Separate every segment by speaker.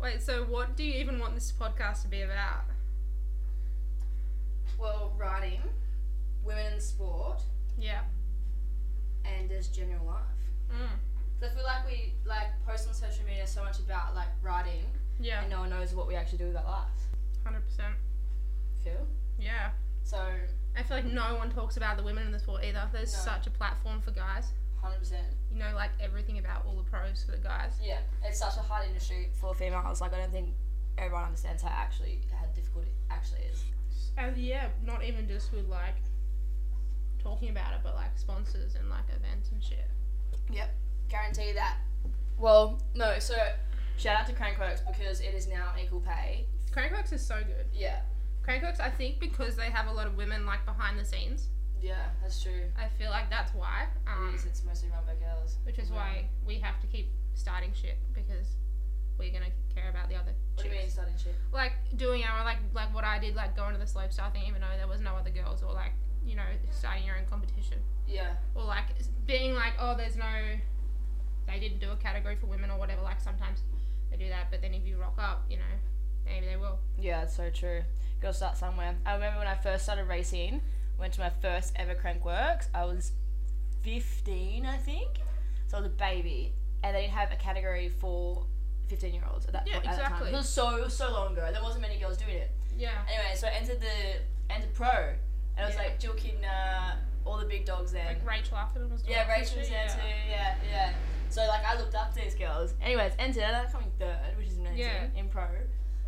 Speaker 1: Wait, so what do you even want this podcast to be about?
Speaker 2: Well, riding, women in sport,
Speaker 1: Yeah.
Speaker 2: and just general life.
Speaker 1: Mm.
Speaker 2: So I feel like we like post on social media so much about like riding,
Speaker 1: Yeah.
Speaker 2: and no one knows what we actually do with that life.
Speaker 1: Hundred percent.
Speaker 2: Feel
Speaker 1: Yeah.
Speaker 2: so
Speaker 1: I feel like no one talks about the women in the sport either. There's
Speaker 2: No.
Speaker 1: such a platform for guys.
Speaker 2: hundred percent.
Speaker 1: You know, like everything about all the pros for the guys.
Speaker 2: Yeah, it's such a hard industry for females. Like I don't think everyone understands how actually how difficult it actually is.
Speaker 1: And Oh, yeah, not even just with like talking about it, but like sponsors and like events and shit.
Speaker 2: Guarantee that. Well, no. So shout out to Crankworks because it is now equal pay.
Speaker 1: Crankworks is so good.
Speaker 2: Yeah,
Speaker 1: Crankworks, I think, because they have a lot of women like behind the scenes.
Speaker 2: yeah, that's true.
Speaker 1: I feel like that's why. Um,
Speaker 2: Because it's mostly run by girls.
Speaker 1: which is why we have to keep starting shit because we're gonna care about the other
Speaker 2: What do you mean
Speaker 1: chicks.
Speaker 2: starting shit?
Speaker 1: Like doing our like like what I did, like going to the slopestyle thing, even though there was no other girls, or like you know starting your own competition,
Speaker 2: Yeah.
Speaker 1: or like s- being like oh there's no, they didn't do a category for women or whatever. Like sometimes they do that, but then if you rock up, you know maybe they will.
Speaker 2: Yeah, it's so true. Gotta start somewhere. I remember when I first started racing, went to my first ever Crankworks. I was 15, I think. So I was a baby, and they didn't have a category for 15 year olds at that
Speaker 1: Yeah,
Speaker 2: point. At that
Speaker 1: exactly.
Speaker 2: time. It was so it was so long ago. There wasn't many girls doing it.
Speaker 1: Yeah.
Speaker 2: Anyway, so I entered the entered pro, and it was
Speaker 1: Yeah.
Speaker 2: like Jill Kidner, all the big dogs there.
Speaker 1: Like Rachel Atherton was.
Speaker 2: Yeah,
Speaker 1: doing it,
Speaker 2: Rachel's there
Speaker 1: Oh, yeah.
Speaker 2: too. Yeah, yeah. So like I looked up to these girls. Anyways, entered ended up coming third, which is amazing
Speaker 1: Yeah.
Speaker 2: in pro.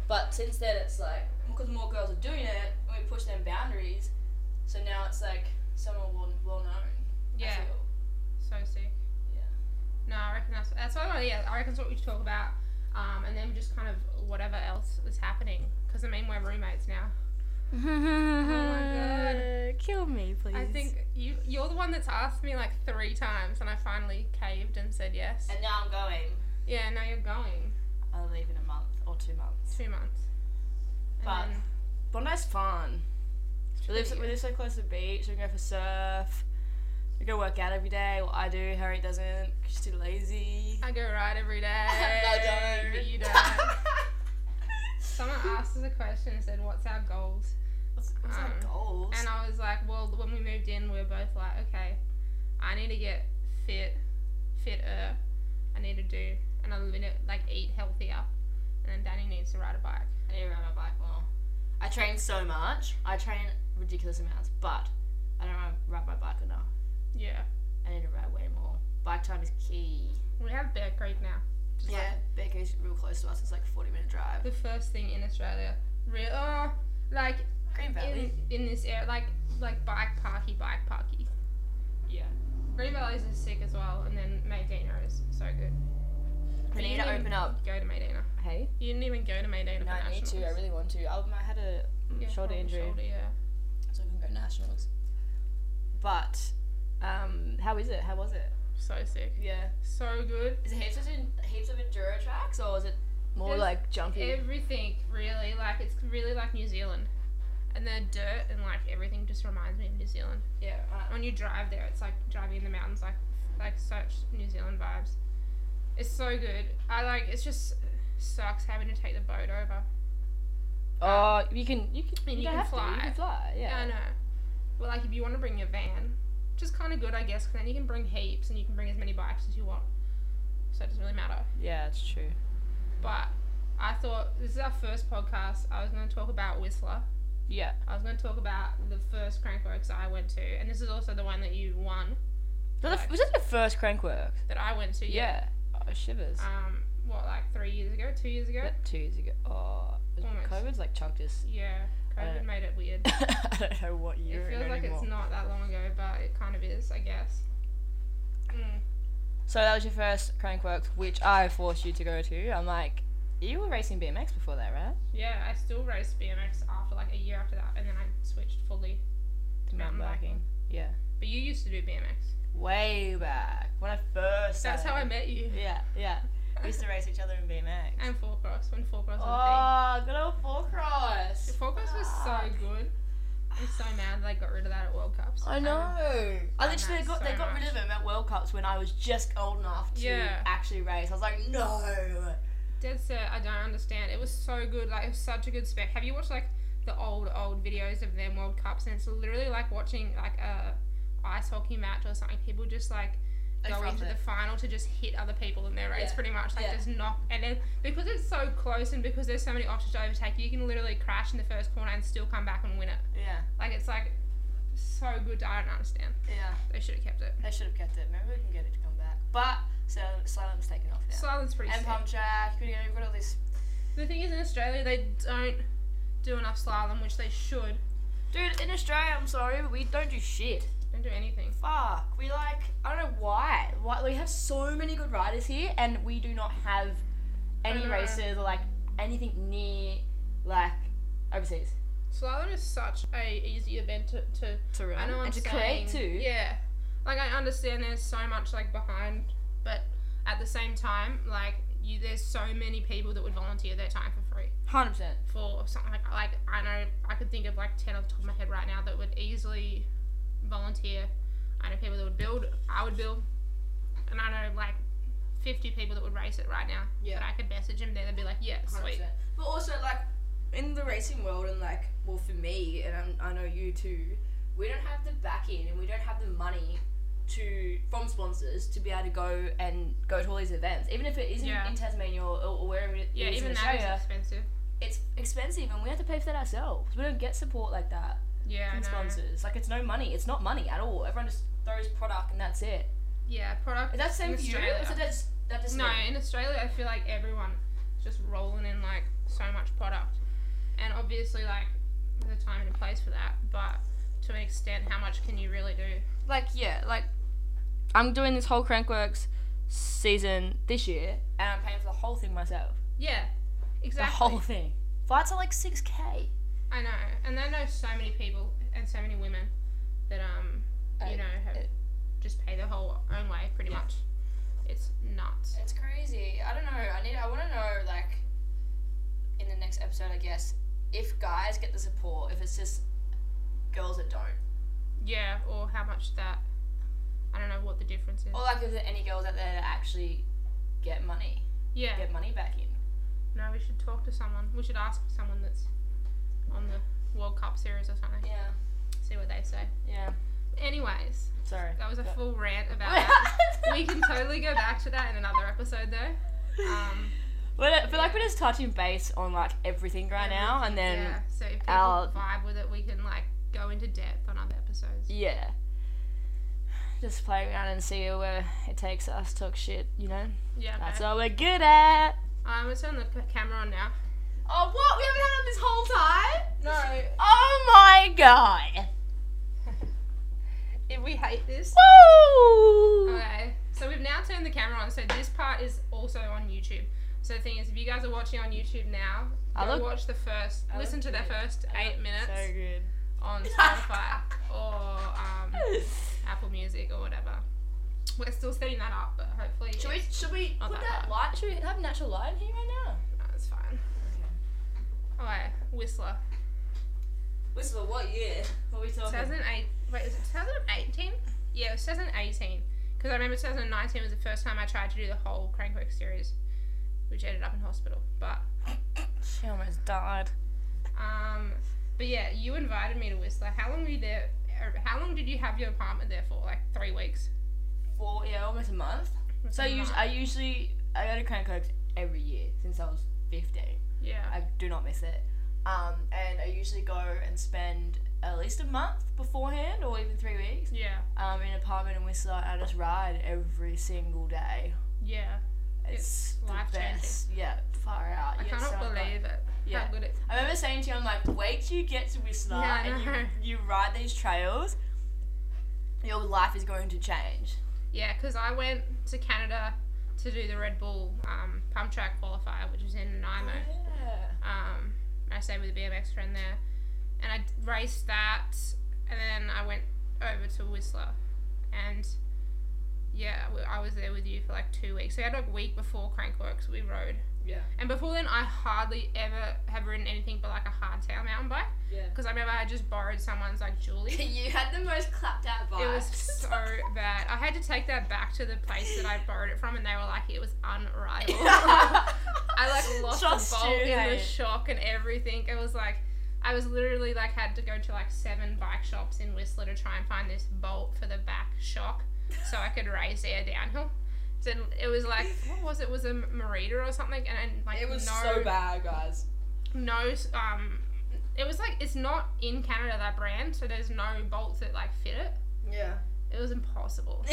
Speaker 2: But since then, it's like because more girls are doing it, and we push them boundaries. So now it's like someone well, well known. I
Speaker 1: Yeah.
Speaker 2: feel.
Speaker 1: So sick.
Speaker 2: Yeah.
Speaker 1: No, I reckon that's that's what I, yeah, I reckon that's what we should talk about, um, and then just kind of whatever else is happening. Because I mean, we're roommates now. my
Speaker 3: Oh Kill me, please.
Speaker 1: I think you you're the one that's asked me like three times, and I finally caved and said yes.
Speaker 2: And now I'm going.
Speaker 1: Yeah, now you're going
Speaker 2: I leave in a month or two months.
Speaker 1: two months. And
Speaker 2: But-
Speaker 1: then-
Speaker 3: Bondi's fun.
Speaker 1: it's
Speaker 3: We live, so,
Speaker 1: pretty
Speaker 3: we
Speaker 1: good.
Speaker 3: live so close to the beach. We can go for surf. We go work out every day. Well, I do. Harriet doesn't. 'cause She's too lazy.
Speaker 1: I go ride every day.
Speaker 2: I don't.
Speaker 1: but You don't. Someone asked us a question and said, "What's our goals?"
Speaker 3: What's, what's
Speaker 1: Um,
Speaker 2: Mm.
Speaker 3: our goals?
Speaker 1: And I was like, well, when we moved in, we were both like, okay, I need to get fit, fitter. I need to do, and I need to like eat healthier. And then Danny needs to ride a bike.
Speaker 2: I need to ride my bike more. I train so much. I train ridiculous amounts, but I don't ride- ride my bike enough.
Speaker 1: Yeah,
Speaker 2: I need to ride way more. Bike time is key.
Speaker 1: we have Bear Creek now. which is, like,
Speaker 2: Yeah, Becca's real close to us. It's like a 40 minute drive.
Speaker 1: the first thing in Australia. Real, oh, like
Speaker 2: Green
Speaker 1: in, in this area, like like bike parky, bike parky.
Speaker 2: Yeah.
Speaker 1: Green Valleys is sick as well, and then Medina is so good.
Speaker 2: I need to open up.
Speaker 1: Go to Medina.
Speaker 2: Hey?
Speaker 1: You didn't even go to
Speaker 2: No,
Speaker 1: Medina. for
Speaker 2: I need to. I
Speaker 1: nationals.
Speaker 2: really want to. I, I had a mm,
Speaker 1: Yeah,
Speaker 2: shoulder
Speaker 1: probably
Speaker 2: injury,
Speaker 1: shoulder, yeah.
Speaker 2: so I couldn't go nationals. But, um, how is it? How was it?
Speaker 1: So sick.
Speaker 2: Yeah.
Speaker 1: So good.
Speaker 2: Is it heaps of, en- heaps of enduro tracks or is it more
Speaker 1: There's
Speaker 2: like jumpy?
Speaker 1: Everything really like it's really like New Zealand, and the dirt and like everything just reminds me of New Zealand.
Speaker 2: yeah, right.
Speaker 1: When you drive there, it's like driving in the mountains, like like such New Zealand vibes. It's so good. I like it's just sucks having to take the boat over.
Speaker 2: Oh, you can you can,
Speaker 1: mean, you
Speaker 2: don't
Speaker 1: can
Speaker 2: have to,
Speaker 1: fly.
Speaker 2: you can fly, yeah.
Speaker 1: I know. But like if you want to bring your van, which is kind of good I guess, 'cause then you can bring heaps and you can bring as many bikes as you want. So it doesn't really matter.
Speaker 3: yeah, it's true.
Speaker 1: But I thought this is our first podcast. I was going to talk about Whistler.
Speaker 3: Yeah.
Speaker 1: I was going to talk about the first Crankworks I went to, and this is also the one that you won
Speaker 3: Was that the- was that your first crank work?
Speaker 1: that I went to.
Speaker 3: Yeah. Oh, shivers.
Speaker 1: Um, what like three years ago, two years ago?
Speaker 3: About two years ago. Oh, was-
Speaker 1: Almost.
Speaker 3: COVID's like chunked us.
Speaker 1: Yeah, COVID
Speaker 3: Uh,
Speaker 1: made it weird.
Speaker 3: I don't know what
Speaker 1: It
Speaker 3: year
Speaker 1: feels like
Speaker 3: anymore.
Speaker 1: it's not that long ago, but it kind of is, I guess. Mm.
Speaker 3: So that was your first Crankworks, which I forced you to go to. I'm like, you were racing BMX before that, right?
Speaker 1: Yeah, I still raced BMX after like a year after that, and then I switched fully to mountain biking.
Speaker 3: Yeah.
Speaker 1: But you used to do BMX.
Speaker 3: Way back when I first.
Speaker 1: That's how I
Speaker 3: started.
Speaker 1: met you.
Speaker 3: Yeah, yeah. We used to race each other in BMX.
Speaker 1: And four cross when four cross was
Speaker 3: oh, good old four
Speaker 1: a
Speaker 3: cross.
Speaker 1: thing. Four cross was
Speaker 4: Ah.
Speaker 3: Ah.
Speaker 1: so good. I'm so mad they got rid of that at World Cups. Um,
Speaker 3: I know. I
Speaker 1: I
Speaker 3: literally
Speaker 1: know
Speaker 3: got they
Speaker 1: so
Speaker 3: got rid
Speaker 1: much.
Speaker 3: of them at World Cups when I was just old enough to
Speaker 1: Yeah.
Speaker 3: actually race. I was like, no.
Speaker 1: Dead set. I don't understand. It was so good. Like it was such a good spec. Have you watched like the old old videos of them World Cups? And it's literally like watching like a ice hockey match or something. People just like
Speaker 4: They
Speaker 1: go
Speaker 4: front
Speaker 1: into
Speaker 4: it.
Speaker 1: the final to just hit other people in their race,
Speaker 4: Yeah.
Speaker 1: pretty much. Like
Speaker 4: Yeah.
Speaker 1: just knock. And then because it's so close and because there's so many options to overtake, you can literally crash in the first corner and still come back and win it.
Speaker 4: Yeah.
Speaker 1: Like it's like so good. I don't understand.
Speaker 4: Yeah.
Speaker 1: They should have kept it.
Speaker 4: They should have kept it. Maybe we can get it to come back. But so Silent was taken off now.
Speaker 1: Silence pretty.
Speaker 4: and
Speaker 1: sick.
Speaker 4: pump track. You know, you've got all this.
Speaker 1: The thing is, in Australia, they don't do enough slalom, which they should.
Speaker 4: Dude, in Australia, I'm sorry, but we don't do shit.
Speaker 1: Don't do anything.
Speaker 4: Fuck. We like. I don't know why. Why we have so many good riders here, and we do not have any
Speaker 1: know.
Speaker 4: races or like anything near like overseas
Speaker 1: Slalom is such a easy event to. to
Speaker 4: to run
Speaker 1: I know
Speaker 4: and
Speaker 1: what I'm
Speaker 4: to create
Speaker 1: saying.
Speaker 4: too.
Speaker 1: Yeah, like I understand there's so much like behind, but at the same time, like you, there's so many people that would volunteer their time for free
Speaker 4: Hundred percent.
Speaker 1: for something like like I know I could think of like ten off the top of my head right now that would easily volunteer. I know people that would build. I would build, and I know like. 50 people that would race it right now.
Speaker 2: Yeah.
Speaker 1: That I could message them there. They'd be like, yeah, sweet.
Speaker 2: 100%. But also, like, in the racing world, and like, well, for me, and I'm, I know you too, we don't have the backing and we don't have the money to from sponsors to be able to go and go to all these events. Even if it isn't
Speaker 1: Yeah.
Speaker 2: in Tasmania or, or wherever it is
Speaker 1: Yeah, even
Speaker 2: in
Speaker 1: that
Speaker 2: Australia,
Speaker 1: is expensive.
Speaker 2: it's expensive and we have to pay for that ourselves. We don't get support like that
Speaker 1: Yeah, I
Speaker 2: from
Speaker 1: know.
Speaker 2: sponsors. Like, it's no money. It's not money at all. Everyone just throws product and that's it.
Speaker 1: Yeah, product.
Speaker 2: Is that the same
Speaker 1: in
Speaker 2: for you? Or
Speaker 1: Australia.
Speaker 2: is that just, that just
Speaker 1: No,
Speaker 2: me?
Speaker 1: in Australia, I feel like everyone is just rolling in like so much product, and obviously like there's a time and a place for that, but to an extent, how much can you really do?
Speaker 2: like yeah, like I'm doing this whole Crankworks season this year, and I'm paying for the whole thing myself.
Speaker 1: Yeah,
Speaker 2: The
Speaker 1: exactly.
Speaker 2: whole thing. Flights are like six k.
Speaker 1: I know, and I know so many people and so many women that um
Speaker 4: Uh,
Speaker 1: you know have
Speaker 4: uh,
Speaker 1: just pay their whole own way pretty much. It's nuts.
Speaker 4: It's crazy. I don't know. I need. I want to know like in the next episode, I guess, if guys get the support, if it's just girls that don't,
Speaker 1: Yeah, or how much that I don't know what the difference is.
Speaker 4: or like if there are any girls out there that actually get money,
Speaker 1: Yeah.
Speaker 4: get money back in.
Speaker 1: No, we should talk to someone. We should ask someone that's on the World Cup series or something.
Speaker 4: Yeah.
Speaker 1: See what they say.
Speaker 4: Yeah.
Speaker 1: Anyways,
Speaker 4: Sorry.
Speaker 1: that was a
Speaker 4: Yeah.
Speaker 1: full rant about that. we can totally go back to that in another episode though. Um,
Speaker 2: But uh, I feel like we're just touching base on like everything right now, and then
Speaker 1: yeah, so if people
Speaker 2: I'll-
Speaker 1: vibe with it, we can like go into depth on other episodes.
Speaker 2: yeah. Just play around and see where it takes us. Talk shit, you know.
Speaker 1: Yeah,
Speaker 2: That's
Speaker 1: okay.
Speaker 2: all we're good at.
Speaker 1: Um, let's turn the c- camera on now.
Speaker 2: Oh, what? We haven't had it this whole time?
Speaker 1: No,
Speaker 2: Oh my god.
Speaker 1: if we hate this.
Speaker 2: Woo!
Speaker 1: Okay, so we've now turned the camera on. So this part is also on YouTube. So the thing is, if you guys are watching on YouTube now,
Speaker 2: I
Speaker 1: go
Speaker 2: look-
Speaker 1: watch the first,
Speaker 2: I
Speaker 1: listen
Speaker 2: look
Speaker 1: to the
Speaker 2: good.
Speaker 1: first eight minutes
Speaker 2: So good.
Speaker 1: on Spotify or um, Apple Music or whatever. We're still setting that up, but hopefully
Speaker 4: Should we?
Speaker 1: it's,
Speaker 4: Should we
Speaker 1: Not
Speaker 4: put
Speaker 1: that
Speaker 4: that
Speaker 1: bad.
Speaker 4: light? Should we have natural light in here right now?
Speaker 1: no, it's fine. Okay, Whistler.
Speaker 2: Whisper, what year? What are we talking?
Speaker 1: 2008. Wait, is it 2018? Yeah, it was 2018. Because I remember 2019 was the first time I tried to do the whole Crankwork series, which ended up in hospital. But
Speaker 2: She almost died.
Speaker 1: Um, but yeah, you invited me to Whistler. How long were you there? er, How long did you have your apartment there for? Like three weeks.
Speaker 2: Four, yeah, almost a month. So I,
Speaker 1: Something
Speaker 2: us-
Speaker 1: like-
Speaker 2: I usually I go to Crank Oaks every year since I was fifteen.
Speaker 1: yeah,
Speaker 2: I do not miss it. Um, and I usually go and spend at least a month beforehand, or even three weeks,
Speaker 1: yeah,
Speaker 2: um, in an apartment in Whistler. And I just ride every single day.
Speaker 1: yeah.
Speaker 2: It's, the
Speaker 1: life-changing.
Speaker 2: best. Yeah, far out.
Speaker 1: I
Speaker 2: You get
Speaker 1: cannot
Speaker 2: so-
Speaker 1: believe it.
Speaker 2: Yeah.
Speaker 1: How good it.
Speaker 2: I remember saying to you, I'm like, wait till you get to Whistler
Speaker 1: Yeah, I know.
Speaker 2: and you, you ride these trails, your life is going to change.
Speaker 1: Yeah, because I went to Canada to do the Red Bull um, pump track qualifier, which was in Nanaimo.
Speaker 2: Oh,
Speaker 1: Um, I stayed with a BMX friend there, and I d- raced that, and then I went over to Whistler, and yeah, I w- I was was there with you for like two weeks. So we had like a week before Crankworks we rode,
Speaker 3: Yeah.
Speaker 1: and before then I hardly ever have ridden anything but like a hardtail mountain bike
Speaker 3: Yeah.
Speaker 1: because I remember I just borrowed someone's like Julie.
Speaker 3: you had the most clapped out vibes.
Speaker 1: It was so bad. I had to take that back to the place that I borrowed it from, and they were like, it was unrivaled. I like lost
Speaker 2: Trust
Speaker 1: the bolt
Speaker 2: you,
Speaker 1: in the
Speaker 2: hey.
Speaker 1: shock and everything. It was like, I was literally like had to go to like seven bike shops in Whistler to try and find this bolt for the back shock so I could raise air downhill. So it was like, what was it? Was a Merida or something? And, and like
Speaker 3: It was
Speaker 1: no,
Speaker 3: so bad, guys.
Speaker 1: no um. It was like it's not in Canada that brand, so there's no bolts that like fit it.
Speaker 3: Yeah.
Speaker 1: It was impossible.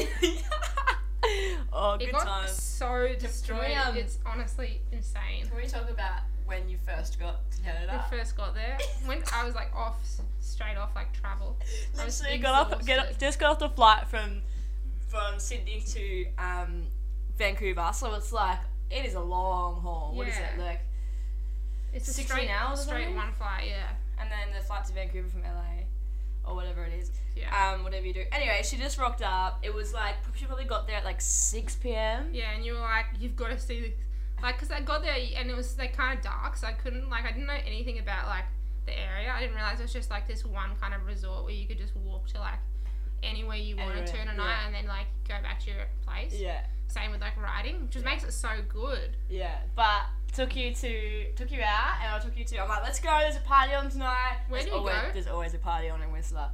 Speaker 2: oh,
Speaker 1: It
Speaker 2: good
Speaker 1: got
Speaker 2: times.
Speaker 1: so destroyed.
Speaker 3: we, um,
Speaker 1: it's honestly insane.
Speaker 3: Can we talk about when you first got to
Speaker 1: When
Speaker 3: Canada?
Speaker 1: I first got there, when I was like off, straight off like travel. I was
Speaker 2: Literally got off, get up,
Speaker 1: exhausted.
Speaker 2: just got off the flight from.
Speaker 3: From Sydney to um, Vancouver, so it's like it is a long haul. What is
Speaker 1: Yeah.
Speaker 3: it like?
Speaker 1: It's a
Speaker 3: 16
Speaker 1: straight,
Speaker 3: hours or
Speaker 1: straight
Speaker 3: something?
Speaker 1: one flight. Yeah,
Speaker 3: And then the flight to Vancouver from LA, or whatever it is.
Speaker 2: Uh,
Speaker 1: yeah,
Speaker 3: Um, whatever you do. Anyway, she just rocked up. It was like she probably got there at like six p.m.
Speaker 1: yeah. And you were like, you've got to see this, like, cause I got there and it was like kind of dark, so I couldn't like I didn't know anything about like the area. I didn't realize it was just like this one kind of resort where you could just walk to like anywhere you wanted to in a
Speaker 3: Anywhere,
Speaker 1: night and then like go back to your place.
Speaker 3: Yeah,
Speaker 1: Same with like riding, which just makes it so good.
Speaker 3: yeah.
Speaker 2: But took you to took you out, and I took you to. I'm like, let's go. There's a party on tonight.
Speaker 1: Where
Speaker 2: There's
Speaker 1: do you
Speaker 2: always,
Speaker 1: go?
Speaker 2: There's always a party on in Whistler.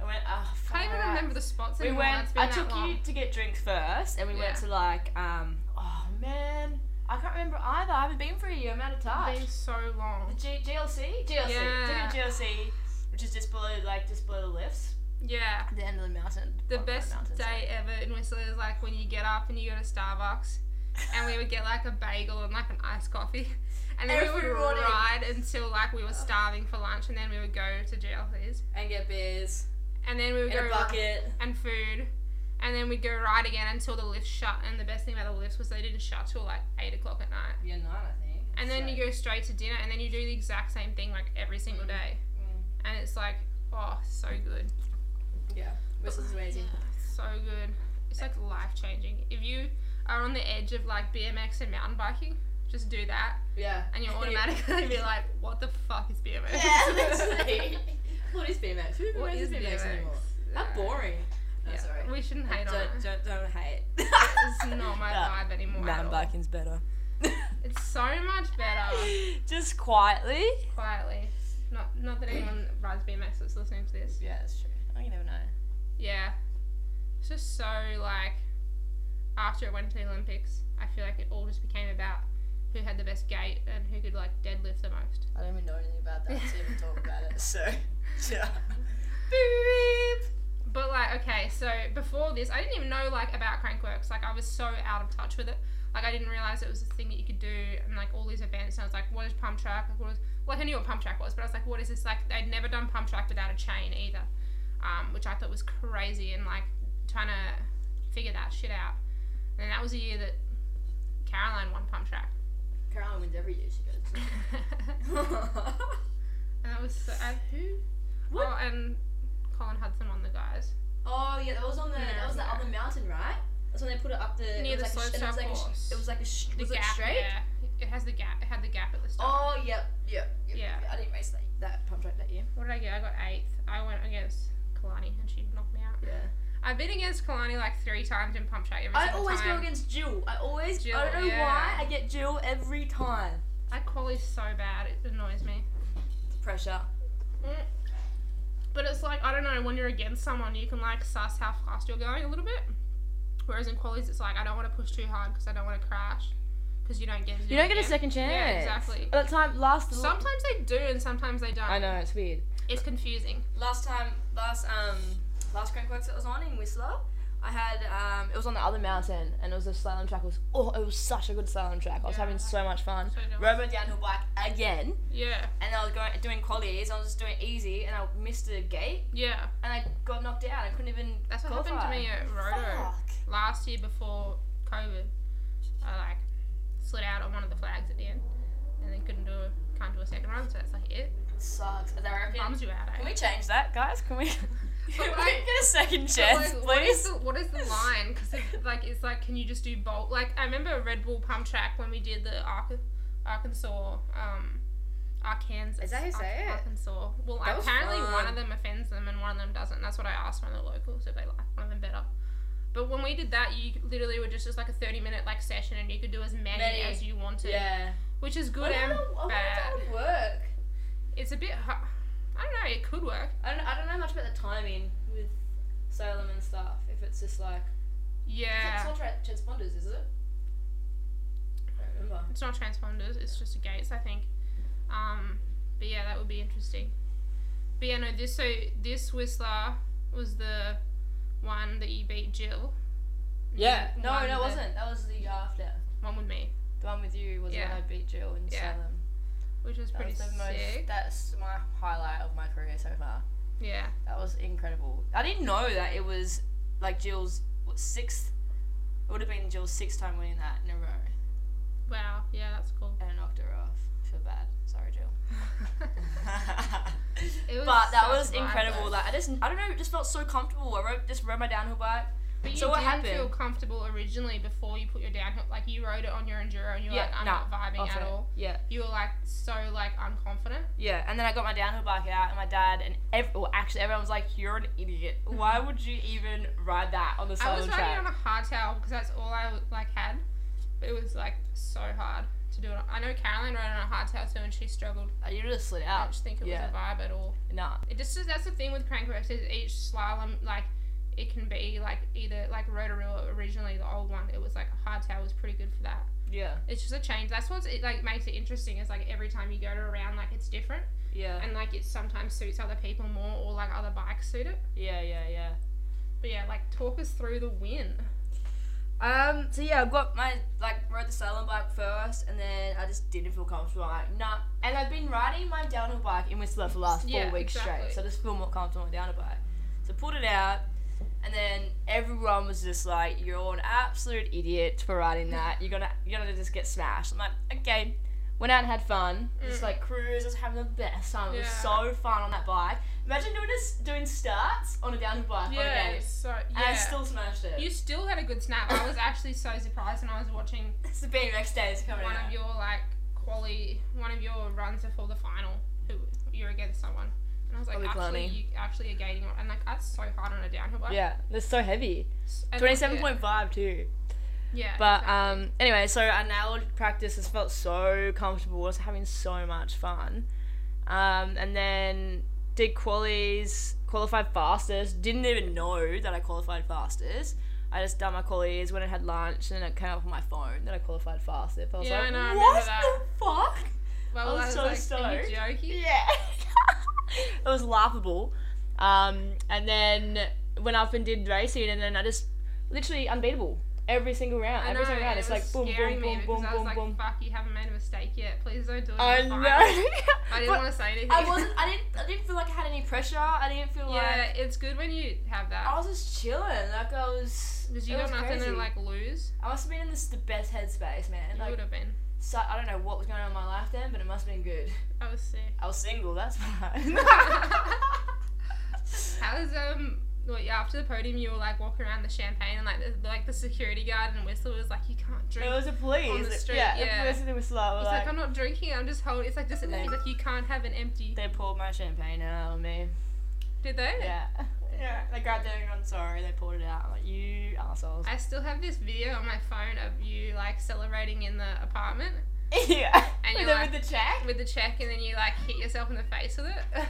Speaker 2: I went.
Speaker 3: "Ah,
Speaker 2: Oh, fuck.
Speaker 1: I can't even remember the spots
Speaker 2: We
Speaker 1: anymore.
Speaker 2: went.
Speaker 1: It's been
Speaker 2: I
Speaker 1: that
Speaker 2: took
Speaker 1: long.
Speaker 2: you to get drinks first, and we went
Speaker 1: Yeah.
Speaker 2: to like. um Oh man, I can't remember either. I haven't been for a year. I'm out of touch.
Speaker 1: been so
Speaker 2: The
Speaker 1: long.
Speaker 2: G- GLC, GLC,
Speaker 1: Yeah.
Speaker 2: Took you to GLC, which is just below like just below the lifts.
Speaker 1: Yeah.
Speaker 2: At the end of the mountain.
Speaker 1: The
Speaker 2: well, not
Speaker 1: best
Speaker 2: mountain, sorry.
Speaker 1: day ever in Whistler is like when you get up and you go to Starbucks and we would get like a bagel and like an iced coffee. And then we
Speaker 3: Every
Speaker 1: would
Speaker 3: morning.
Speaker 1: ride until like we were starving for lunch and then we would go to GLC's.
Speaker 3: And get beers
Speaker 1: And then we would
Speaker 3: in
Speaker 1: go
Speaker 3: a bucket.
Speaker 1: and food. And then we'd go ride again until the lift shut. And the best thing about the lifts was they didn't shut till like 8 o'clock at night.
Speaker 3: Yeah, nine, I think.
Speaker 1: And then you go straight to dinner and then you do the exact same thing like every single
Speaker 3: Mm.
Speaker 1: day. And it's like, oh, so good.
Speaker 3: Yeah, Whistler's amazing.
Speaker 1: So good. It's like life changing. If you are on the edge of like BMX and mountain biking, just do that
Speaker 3: Yeah.
Speaker 1: and you'll automatically be like, what the fuck is BMX?
Speaker 3: Yeah, literally. what is BMX? Who even
Speaker 1: What
Speaker 3: knows
Speaker 1: is
Speaker 3: BMX,
Speaker 1: BMX?
Speaker 3: anymore?
Speaker 1: Yeah.
Speaker 3: That's boring. No,
Speaker 1: Yeah,
Speaker 3: sorry.
Speaker 1: We shouldn't hate on it.
Speaker 3: Don't, don't, don't hate.
Speaker 1: It's not my
Speaker 2: Yeah.
Speaker 1: vibe anymore. at
Speaker 2: Mountain
Speaker 1: all.
Speaker 2: biking's better.
Speaker 1: It's so much better
Speaker 2: Just quietly.
Speaker 1: quietly. Not not that anyone rides BMX that's listening to this.
Speaker 2: Yeah, that's true. Oh, you never know.
Speaker 1: Yeah. It's just so like after it went to the Olympics, I feel like it all just became about who had the best gait and who could like deadlift the most.
Speaker 3: I don't even know anything about that, so even talk about it. So, yeah.
Speaker 1: But like, okay, so before this, I didn't even know like about Crankworks. Like, I was so out of touch with it. Like, I didn't realize it was a thing that you could do, and like all these events. And I was like, what is pump track? Like, what is? Well, I knew what pump track was, but I was like, what is this? Like, I'd never done pump track without a chain either, um, which I thought was crazy. And like, trying to figure that shit out. And that was a year that Caroline won pump track.
Speaker 3: Caroline wins every year she goes.
Speaker 1: and that was so, and who?
Speaker 3: What?
Speaker 1: Oh, and Colin Hudson won the guys.
Speaker 3: oh yeah, that was on the that was the
Speaker 1: Yeah.
Speaker 3: other mountain, right? That's when they put it up the
Speaker 1: Near
Speaker 3: it was
Speaker 1: the
Speaker 3: like a, sh-
Speaker 1: slopestyle
Speaker 3: it was like a,
Speaker 1: course.
Speaker 3: sh- It was like a sh-
Speaker 1: The
Speaker 3: was
Speaker 1: gap,
Speaker 3: it straight?
Speaker 1: Yeah. It has the gap. It had the gap at the start.
Speaker 3: Oh yep, yep, yep.
Speaker 1: Yeah.
Speaker 3: I didn't race that, that pump track that year.
Speaker 1: What did I get? I got eighth. I went against Kalani and she knocked me out.
Speaker 3: Yeah.
Speaker 1: I've been against Kalani like three times in pump track every
Speaker 3: I
Speaker 1: single
Speaker 3: always
Speaker 1: time.
Speaker 3: go against Jill. I always I don't
Speaker 1: Jill,
Speaker 3: know
Speaker 1: yeah.
Speaker 3: why I get Jill every time.
Speaker 1: I quali so bad. It annoys me.
Speaker 3: The pressure. Mm.
Speaker 1: But it's like I don't know. When you're against someone, you can like suss how fast you're going a little bit. Whereas in qualis, it's like I don't want to push too hard because I don't want to crash. Because you don't get to do
Speaker 2: You
Speaker 1: it
Speaker 2: don't get a
Speaker 1: again.
Speaker 2: second chance.
Speaker 1: Yeah, exactly.
Speaker 2: At the time, last.
Speaker 1: Sometimes they do and sometimes they don't.
Speaker 2: I know it's weird.
Speaker 1: It's confusing.
Speaker 3: last time last um last crankworks that was on in Whistler, I had um
Speaker 2: It was on the other mountain, and it was a slalom track. It was oh, it was such a good slalom track. I was
Speaker 1: Yeah.
Speaker 2: having so much fun.
Speaker 1: So do I.
Speaker 2: Robo downhill bike again,
Speaker 1: Yeah.
Speaker 3: and I was going doing qualies. I was just doing easy, and I missed a gate,
Speaker 1: Yeah.
Speaker 3: and I got knocked out. I couldn't even.
Speaker 1: That's what
Speaker 3: qualify.
Speaker 1: happened to me at Roto.
Speaker 3: Fuck.
Speaker 1: last year before COVID, I like slid out on one of the flags at the end, and then couldn't do can't do a second run. So that's like it.
Speaker 3: Sucks. As I reckon.
Speaker 1: Bums you out.
Speaker 3: Can
Speaker 1: Eh?
Speaker 3: we change that, guys?
Speaker 2: guys. Can we?
Speaker 1: But
Speaker 5: Can we
Speaker 1: like-
Speaker 5: get a second
Speaker 1: But,
Speaker 5: chance,
Speaker 1: like, what is
Speaker 5: please?
Speaker 1: the what is the line? Because it's like it's like can you just do bolt? Like I remember a Red Bull pump track when we did the Arca- Arkansas, um, Arkansas.
Speaker 2: Is that how you say it?
Speaker 1: Arkansas. Well,
Speaker 2: That was
Speaker 1: apparently one
Speaker 2: fun.
Speaker 1: of them offends them and one of them doesn't. That's what I asked one of the locals if they like one of them better. But when we did that, you literally were just, just like a thirty minute like session, and you could do as many,
Speaker 2: Many.
Speaker 1: as you wanted,
Speaker 2: Yeah. oh
Speaker 1: which is
Speaker 2: I
Speaker 1: good
Speaker 2: don't
Speaker 1: and
Speaker 2: know, I wonder if
Speaker 1: bad.
Speaker 2: that would work.
Speaker 1: It's a bit. hu- I don't know. It could work.
Speaker 2: I don't, I don't know much about the timing with Salem and stuff. If it's just like.
Speaker 1: Yeah.
Speaker 2: It's not tra- transponders, is it? I don't remember.
Speaker 1: It's not transponders. It's just a gates, I think. Um, but yeah, that would be interesting. But yeah, no, this so this Whistler was the one that you beat Jill. And you
Speaker 2: No,
Speaker 1: won
Speaker 2: no,
Speaker 1: the
Speaker 2: it wasn't. That was the after.
Speaker 1: One with me,
Speaker 2: The one with you was
Speaker 1: Yeah.
Speaker 2: when I beat Jill in
Speaker 1: Yeah.
Speaker 2: Salem.
Speaker 1: which was
Speaker 2: That
Speaker 1: pretty
Speaker 2: was the most.
Speaker 1: sick.
Speaker 2: That's my highlight of my career so far.
Speaker 1: yeah,
Speaker 2: That was incredible. I didn't know that it was like Jill's what, sixth. It would have been Jill's sixth time winning that in a row,
Speaker 1: wow, yeah, that's cool.
Speaker 2: and it knocked her off. Feel bad. Sorry, Jill.
Speaker 1: It was
Speaker 2: but that
Speaker 1: such
Speaker 2: was
Speaker 1: a vibe,
Speaker 2: incredible.
Speaker 1: though.
Speaker 2: Like I just, I don't know, it just felt so comfortable. I rode, just rode my downhill bike.
Speaker 1: But you
Speaker 2: So what
Speaker 1: didn't feel
Speaker 2: happened?
Speaker 1: comfortable originally before you put your downhill. Like you rode it on your enduro, and you were
Speaker 2: Yeah,
Speaker 1: like, I'm
Speaker 2: nah,
Speaker 1: not vibing
Speaker 2: off
Speaker 1: at
Speaker 2: it.
Speaker 1: all.
Speaker 2: Yeah,
Speaker 1: You were like so like unconfident.
Speaker 2: yeah. And then I got my downhill bike out, and my dad and ev- well, actually everyone was like, "You're an idiot. Why would you even ride that on the
Speaker 1: I was
Speaker 2: Southern
Speaker 1: riding
Speaker 2: track?"
Speaker 1: on a hardtail because that's all I like had. But it was like so hard to do it. on. I know Caroline rode on a hardtail too, and she struggled.
Speaker 2: Uh, you just slid
Speaker 1: I
Speaker 2: out.
Speaker 1: don't think it
Speaker 2: yeah.
Speaker 1: was a vibe at all.
Speaker 2: Nah.
Speaker 1: It just that's the thing with crankworks is each slalom like it can be like either like Rotorua originally the old one. It was like a hardtail was pretty good for that.
Speaker 2: Yeah.
Speaker 1: It's just a change. That's what's it like makes it interesting. Is like every time you go to a round, like it's different,
Speaker 2: Yeah.
Speaker 1: and like it sometimes suits other people more, or like other bikes suit it.
Speaker 2: Yeah. Yeah. Yeah.
Speaker 1: But yeah, like talk us through the win.
Speaker 2: Um, so yeah, I got my like rode the Salem bike first, and then I just didn't feel comfortable. I'm like, nah. And I've been riding my downhill bike in Whistler for the last four
Speaker 1: Yeah,
Speaker 2: weeks
Speaker 1: exactly.
Speaker 2: straight, so I just feel more comfortable on a downhill bike. So pulled it out, and then everyone was just like, "You're an absolute idiot for riding that. You're gonna you're gonna just get smashed." I'm like, okay. Went out and had fun. Just
Speaker 1: Mm.
Speaker 2: like cruise, just having the best time. It was
Speaker 1: Yeah.
Speaker 2: so fun on that bike. Imagine doing this, doing starts on a downhill bike on a
Speaker 1: Yeah,
Speaker 2: game.
Speaker 1: so yeah.
Speaker 2: And I still smashed it.
Speaker 1: You still had a good snap. I was actually so surprised when I was watching
Speaker 2: It's the BMX days
Speaker 5: Oh,
Speaker 2: coming
Speaker 1: one
Speaker 2: out.
Speaker 1: of your like quali, one of your runs before the final. Who you're against someone, and I was like,
Speaker 5: Probably
Speaker 1: actually,
Speaker 5: Kalani.
Speaker 1: you actually are gaining, on- and like that's so hard on a downhill bike.
Speaker 5: Yeah, that's so heavy.
Speaker 1: S- and, like,
Speaker 5: Twenty-seven point five too.
Speaker 1: Yeah. yeah
Speaker 5: But
Speaker 1: exactly.
Speaker 5: um, anyway, so I nailed practice. This felt so comfortable. I was having so much fun. Um, and then did qualies, qualified fastest. Didn't even know that I qualified fastest. I just done my qualies when I had lunch, and then it came up on my phone that I qualified fastest. I was
Speaker 1: Yeah, I
Speaker 5: like,
Speaker 1: know, I remember
Speaker 5: what
Speaker 1: that."
Speaker 5: the fuck?
Speaker 1: well,
Speaker 5: I was so
Speaker 1: like, are you
Speaker 5: stoked.
Speaker 1: joking?
Speaker 5: Yeah. it was laughable. Um, and then went up and did racing, and then I just literally unbeatable every single round.
Speaker 1: I
Speaker 5: every
Speaker 1: know,
Speaker 5: single round,
Speaker 1: it
Speaker 5: it's
Speaker 1: was
Speaker 5: like boom,
Speaker 1: scaring
Speaker 5: boom,
Speaker 1: me
Speaker 5: boom,
Speaker 1: because
Speaker 5: boom,
Speaker 1: I was
Speaker 5: boom,
Speaker 1: like,
Speaker 5: boom.
Speaker 1: Fuck, you haven't made a mistake yet. Please don't do it.
Speaker 5: I
Speaker 1: You're fine. I
Speaker 5: know.
Speaker 1: didn't want
Speaker 5: But
Speaker 1: to say anything.
Speaker 2: I wasn't. I didn't. I didn't feel like I had any pressure. I didn't feel like
Speaker 1: yeah, it's good when you have
Speaker 2: I
Speaker 5: Oh,
Speaker 1: that
Speaker 2: was just chilling. Like I was.
Speaker 1: because you
Speaker 2: it
Speaker 1: got
Speaker 2: was
Speaker 1: nothing
Speaker 2: crazy.
Speaker 1: to like lose.
Speaker 2: I must have been in this the best headspace, man.
Speaker 1: You
Speaker 2: Like
Speaker 1: would have been.
Speaker 2: so, I don't know what was going on in my life then, but it must have been good.
Speaker 1: I was sick.
Speaker 2: I was single. That's fine.
Speaker 1: How was um well, yeah, after the podium you were like walking around the champagne and like the, like the security guard and Whistler was like you can't drink.
Speaker 5: it was a police.
Speaker 1: On the street,
Speaker 5: yeah,
Speaker 1: yeah.
Speaker 5: the police in the whistle. were
Speaker 1: He's like,
Speaker 5: like,
Speaker 1: I'm not drinking. I'm just holding. It's like just
Speaker 2: No.
Speaker 1: he's like you can't have an empty.
Speaker 2: they poured my champagne out on me.
Speaker 1: Did they?
Speaker 2: Yeah. Yeah. They grabbed it and I'm sorry. They poured it out. I'm like you assholes.
Speaker 1: I still have this video on my phone of you like celebrating in the apartment
Speaker 5: yeah.
Speaker 1: and
Speaker 2: With
Speaker 1: you're
Speaker 2: the,
Speaker 1: like
Speaker 2: with the check.
Speaker 1: with the check and then you like hit yourself in the face with it.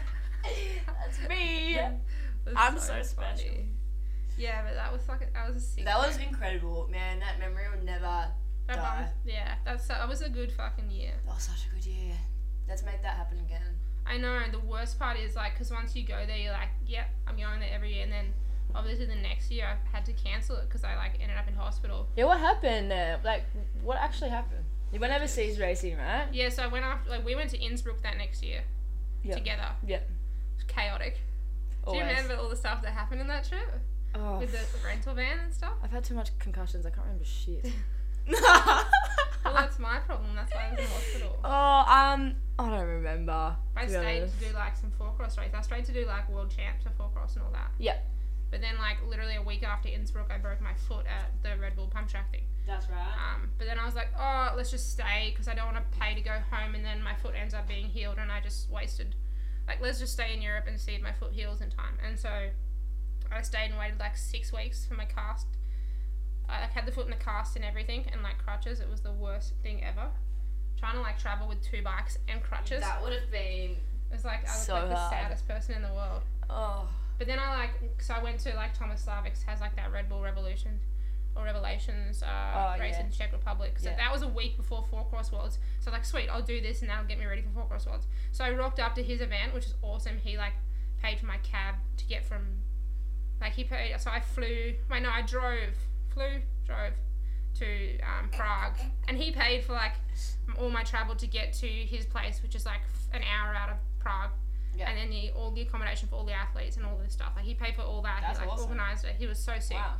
Speaker 2: That's me.
Speaker 1: It was
Speaker 2: I'm so special.
Speaker 1: Yeah, but that was like that was a sick.
Speaker 2: That
Speaker 1: day.
Speaker 2: was incredible, man. That memory will never.
Speaker 1: That
Speaker 2: die.
Speaker 1: was- yeah, that's that was a good fucking year.
Speaker 2: That was such a good year. Let's make that happen again.
Speaker 1: I know. The worst part is like, because once you go there, you're like, yep, I'm going there every year. And then obviously the next year I had to cancel it because I like ended up in hospital.
Speaker 5: Yeah. What happened? there? Like, what actually happened? You went overseas racing, right?
Speaker 1: Yeah, so I went after, like, we went to Innsbruck that next year
Speaker 5: Yeah.
Speaker 1: together.
Speaker 5: Yeah.
Speaker 1: It was chaotic.
Speaker 5: Always.
Speaker 1: Do you remember all the stuff that happened in that trip
Speaker 5: Oh,
Speaker 1: with the rental van and stuff?
Speaker 5: I've had too much concussions. I can't remember shit.
Speaker 1: Well, that's my problem. That's why I was in hospital.
Speaker 2: Oh, um, I don't remember.
Speaker 1: I
Speaker 2: to be
Speaker 1: stayed
Speaker 2: honest.
Speaker 1: to do like some four cross races. I stayed to do like world champs for four cross and all that.
Speaker 2: Yep.
Speaker 1: But then like literally a week after Innsbruck, I broke my foot at the Red Bull pump track thing.
Speaker 3: That's right.
Speaker 1: Um, but then I was like, oh, let's just stay because I don't want to pay to go home. And then my foot ends up being healed, and I just wasted. Like, let's just stay in Europe and see if my foot heals in time. And so I stayed and waited like six weeks for my cast. I like, had the foot in the cast and everything, and like crutches. It was the worst thing ever. Trying to like travel with two bikes and crutches.
Speaker 3: That would have been.
Speaker 1: It was like I was
Speaker 2: So
Speaker 1: like the
Speaker 2: hard.
Speaker 1: saddest person in the world.
Speaker 2: Oh,
Speaker 1: But then I like, so I went to like Thomas Slavik's has like that Red Bull Revolution or Revelations uh,
Speaker 2: Oh,
Speaker 1: race
Speaker 2: yeah.
Speaker 1: in Czech Republic. So
Speaker 2: Yeah.
Speaker 1: that was a week before Four Cross Worlds. So like, sweet, I'll do this and that'll get me ready for Four Cross Worlds. So I rocked up to his event, which is awesome. He like paid for my cab to get from, like he paid. So I flew. Wait, no, I drove, flew, drove to um, Prague, and he paid for like all my travel to get to his place, which is like f- an hour out of Prague.
Speaker 2: Yeah.
Speaker 1: And then the, all the accommodation for all the athletes and all this stuff. Like he paid for all that.
Speaker 2: That's
Speaker 1: he like
Speaker 2: awesome.
Speaker 1: organized it. He was so sick.
Speaker 2: wow.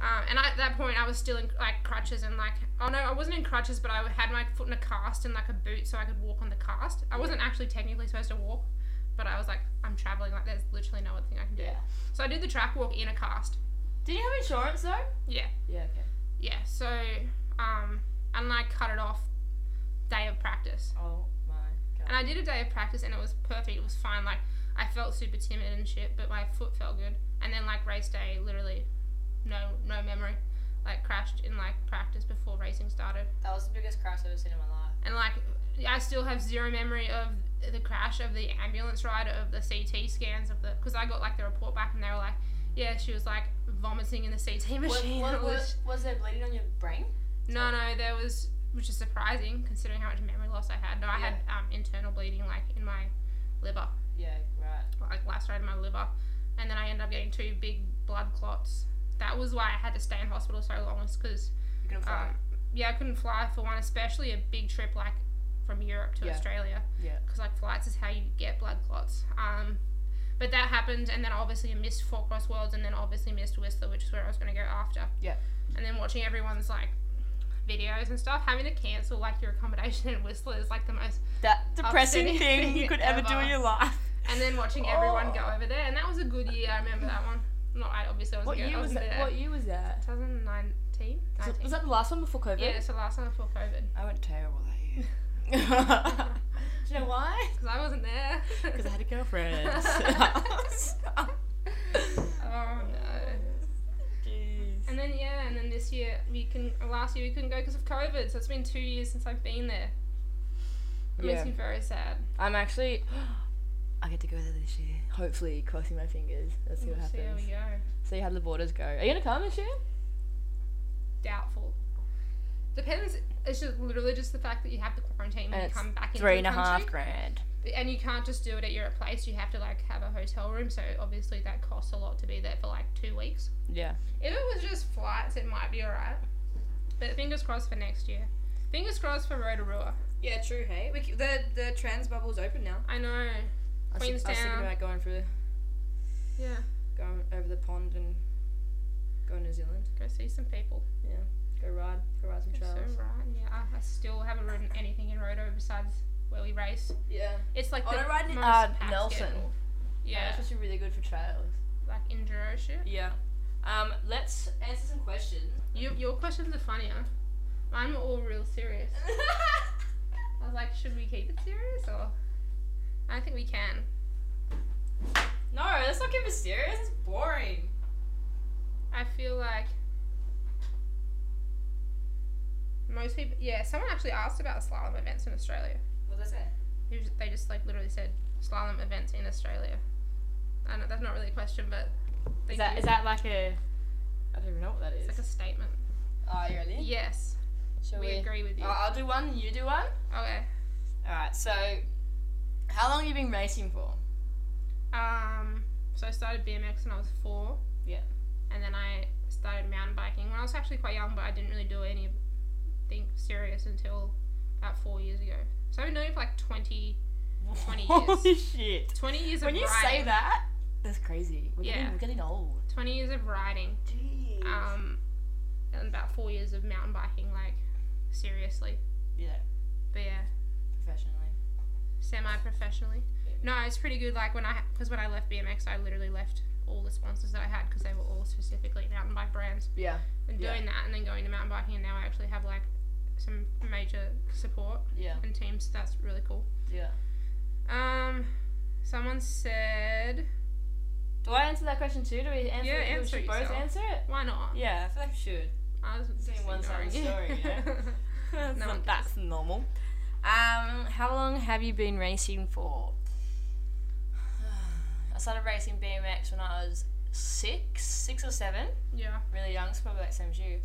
Speaker 1: Um, and I, at that point, I was still in like crutches and like oh no, I wasn't in crutches, but I had my foot in a cast and like a boot so I could walk on the cast. I wasn't actually technically supposed to walk, but I was like, I'm traveling. Like there's literally no other thing I can do.
Speaker 2: Yeah.
Speaker 1: So I did the track walk in a cast.
Speaker 2: Did you have insurance though?
Speaker 1: Yeah.
Speaker 2: Yeah. Okay.
Speaker 1: Yeah. So um, and I cut it off day of practice.
Speaker 2: Oh my god.
Speaker 1: And I did a day of practice and it was perfect. It was fine. Like I felt super timid and shit, but my foot felt good. And then like race day, literally, no no memory. Like crashed in like practice before racing started.
Speaker 2: That was the biggest crash I've ever seen in my life.
Speaker 1: And like I still have zero memory of the crash, of the ambulance ride, of the CT scans, of the because I got like the report back and they were like, yeah, she was like vomiting in the CT
Speaker 2: Was,
Speaker 1: machine.
Speaker 2: was,
Speaker 1: It was-
Speaker 2: was, was there bleeding on your brain?
Speaker 1: no, no, there was, which is surprising considering how much memory loss I had. No, I had um, internal bleeding like in my liver.
Speaker 2: Yeah. Right.
Speaker 1: like lacerated my liver, and then I ended up getting two big blood clots. That was why I had to stay in hospital so long, was because
Speaker 2: You can
Speaker 1: um, yeah, I couldn't fly for one, especially a big trip like from Europe to
Speaker 2: Yeah.
Speaker 1: Australia.
Speaker 2: Yeah.
Speaker 1: because like flights is how you get blood clots. Um, but that happened, and then obviously I missed Four Cross Worlds, and then obviously missed Whistler, which is where I was going to go after.
Speaker 2: Yeah.
Speaker 1: and then watching everyone's like videos and stuff, having to cancel like your accommodation in Whistler is like the most
Speaker 2: that
Speaker 1: upsetting thing ever.
Speaker 2: life.
Speaker 1: and then watching everyone
Speaker 2: Oh.
Speaker 1: go over there, and that was a good year. I remember that one. Not I obviously I wasn't
Speaker 2: What
Speaker 1: there.
Speaker 2: year
Speaker 1: I
Speaker 2: was
Speaker 1: wasn't
Speaker 2: that?
Speaker 1: there.
Speaker 2: What year was that?
Speaker 1: 2019.
Speaker 2: Was,
Speaker 1: 19.
Speaker 2: was that the last one before COVID?
Speaker 1: yeah, it's the last time before COVID
Speaker 2: I went terrible that year. Do you know why?
Speaker 1: because I wasn't there.
Speaker 2: Because I had a girlfriend.
Speaker 1: oh no.
Speaker 2: Jeez.
Speaker 1: And then yeah, and then this year we can. Last year we couldn't go because of COVID, so it's been two years since I've been there. It
Speaker 2: Yeah.
Speaker 1: makes me very sad.
Speaker 2: I'm actually. I get to go there this year. Hopefully, crossing my fingers. Let's see
Speaker 1: We'll
Speaker 2: what
Speaker 1: see how
Speaker 2: happens.
Speaker 1: we go.
Speaker 2: See how the borders go. Are you gonna come this year?
Speaker 1: Doubtful. Depends. It's just literally just the fact that you have to quarantine when
Speaker 2: And
Speaker 1: you
Speaker 2: it's
Speaker 1: come back into
Speaker 2: Three
Speaker 1: the
Speaker 2: and a half
Speaker 1: country.
Speaker 2: grand.
Speaker 1: and you can't just do it at your place you have to like have a hotel room so obviously that costs a lot to be there for like two weeks
Speaker 2: Yeah.
Speaker 1: if it was just flights it might be alright but fingers crossed for next year fingers crossed for Rotorua
Speaker 3: Yeah, true. Hey, we, c- the the trans bubble's open now.
Speaker 1: I know
Speaker 2: I was, I was thinking
Speaker 1: Queenstown.
Speaker 2: about going through.
Speaker 1: yeah
Speaker 3: Go over the pond and go New Zealand.
Speaker 1: go see some people
Speaker 3: Go ride. Go ride some
Speaker 1: it's
Speaker 3: trails.
Speaker 1: alright yeah I, I still haven't ridden anything in Rotorua besides where we race
Speaker 3: Yeah.
Speaker 1: it's like
Speaker 3: Auto
Speaker 1: the
Speaker 3: riding-
Speaker 1: most
Speaker 2: uh,
Speaker 1: packed
Speaker 2: Nelson.
Speaker 1: schedule. yeah
Speaker 2: actually really good for trails.
Speaker 1: like enduro shit
Speaker 3: Yeah. Um, let's answer some questions.
Speaker 1: you, your questions are funnier mine were all real serious I was like, should we keep it serious or? I think we can.
Speaker 3: no, let's not keep it serious. It's boring.
Speaker 1: I feel like most people. Yeah, someone actually asked about slalom events in Australia.
Speaker 3: What does that?
Speaker 1: They just, they just like literally said slalom events in Australia. I know that's not really a question, but
Speaker 2: Is
Speaker 1: thank
Speaker 2: that
Speaker 1: you.
Speaker 2: is that like a? I don't even know what that
Speaker 1: It's
Speaker 2: is.
Speaker 1: like a statement.
Speaker 3: Oh, you ready?
Speaker 1: Yes,
Speaker 3: Shall
Speaker 1: we, agree with you.
Speaker 2: I'll- I'll do one. You do one.
Speaker 1: okay.
Speaker 2: All right. So, how long have you been racing for?
Speaker 1: Um, so I started BMX when I was four.
Speaker 2: Yeah.
Speaker 1: And then I started mountain biking when I was actually quite young, but I didn't really do anything serious until about four years ago. So I've been doing it for like 20, 20 years.
Speaker 2: Holy shit!
Speaker 1: 20 years
Speaker 2: When
Speaker 1: of
Speaker 2: you
Speaker 1: riding.
Speaker 2: say that, that's crazy. We're,
Speaker 1: Yeah.
Speaker 2: getting, we're getting old.
Speaker 1: 20 years of riding,
Speaker 2: Jeez.
Speaker 1: um, and about four years of mountain biking, like seriously.
Speaker 2: Yeah,
Speaker 1: But yeah,
Speaker 2: professionally.
Speaker 1: semi-professionally. No, it's pretty good. Like when I, because when I left BMX, I literally left all the sponsors that I had because they were all specifically mountain bike brands.
Speaker 3: Yeah.
Speaker 1: And
Speaker 3: Yeah.
Speaker 1: doing that, and then going to mountain biking, and now I actually have like some major support
Speaker 2: Yeah,
Speaker 1: and teams. so that's really cool.
Speaker 2: yeah.
Speaker 1: Um, someone said,
Speaker 2: Do I answer that question too? Do we answer?
Speaker 1: Yeah,
Speaker 2: it?
Speaker 1: answer
Speaker 2: we
Speaker 1: it
Speaker 2: should both
Speaker 1: yourself.
Speaker 2: answer it.
Speaker 1: "Why not?"
Speaker 2: Yeah, I feel like we should.
Speaker 1: I was
Speaker 2: It's
Speaker 1: just
Speaker 2: only one
Speaker 1: ignoring
Speaker 2: side
Speaker 1: you.
Speaker 2: story, yeah. that's,
Speaker 1: No one
Speaker 2: that's normal. Um, how long have you been racing for? I started racing BMX when I was six, six or seven.
Speaker 1: yeah.
Speaker 2: Really young, it's probably like same as you.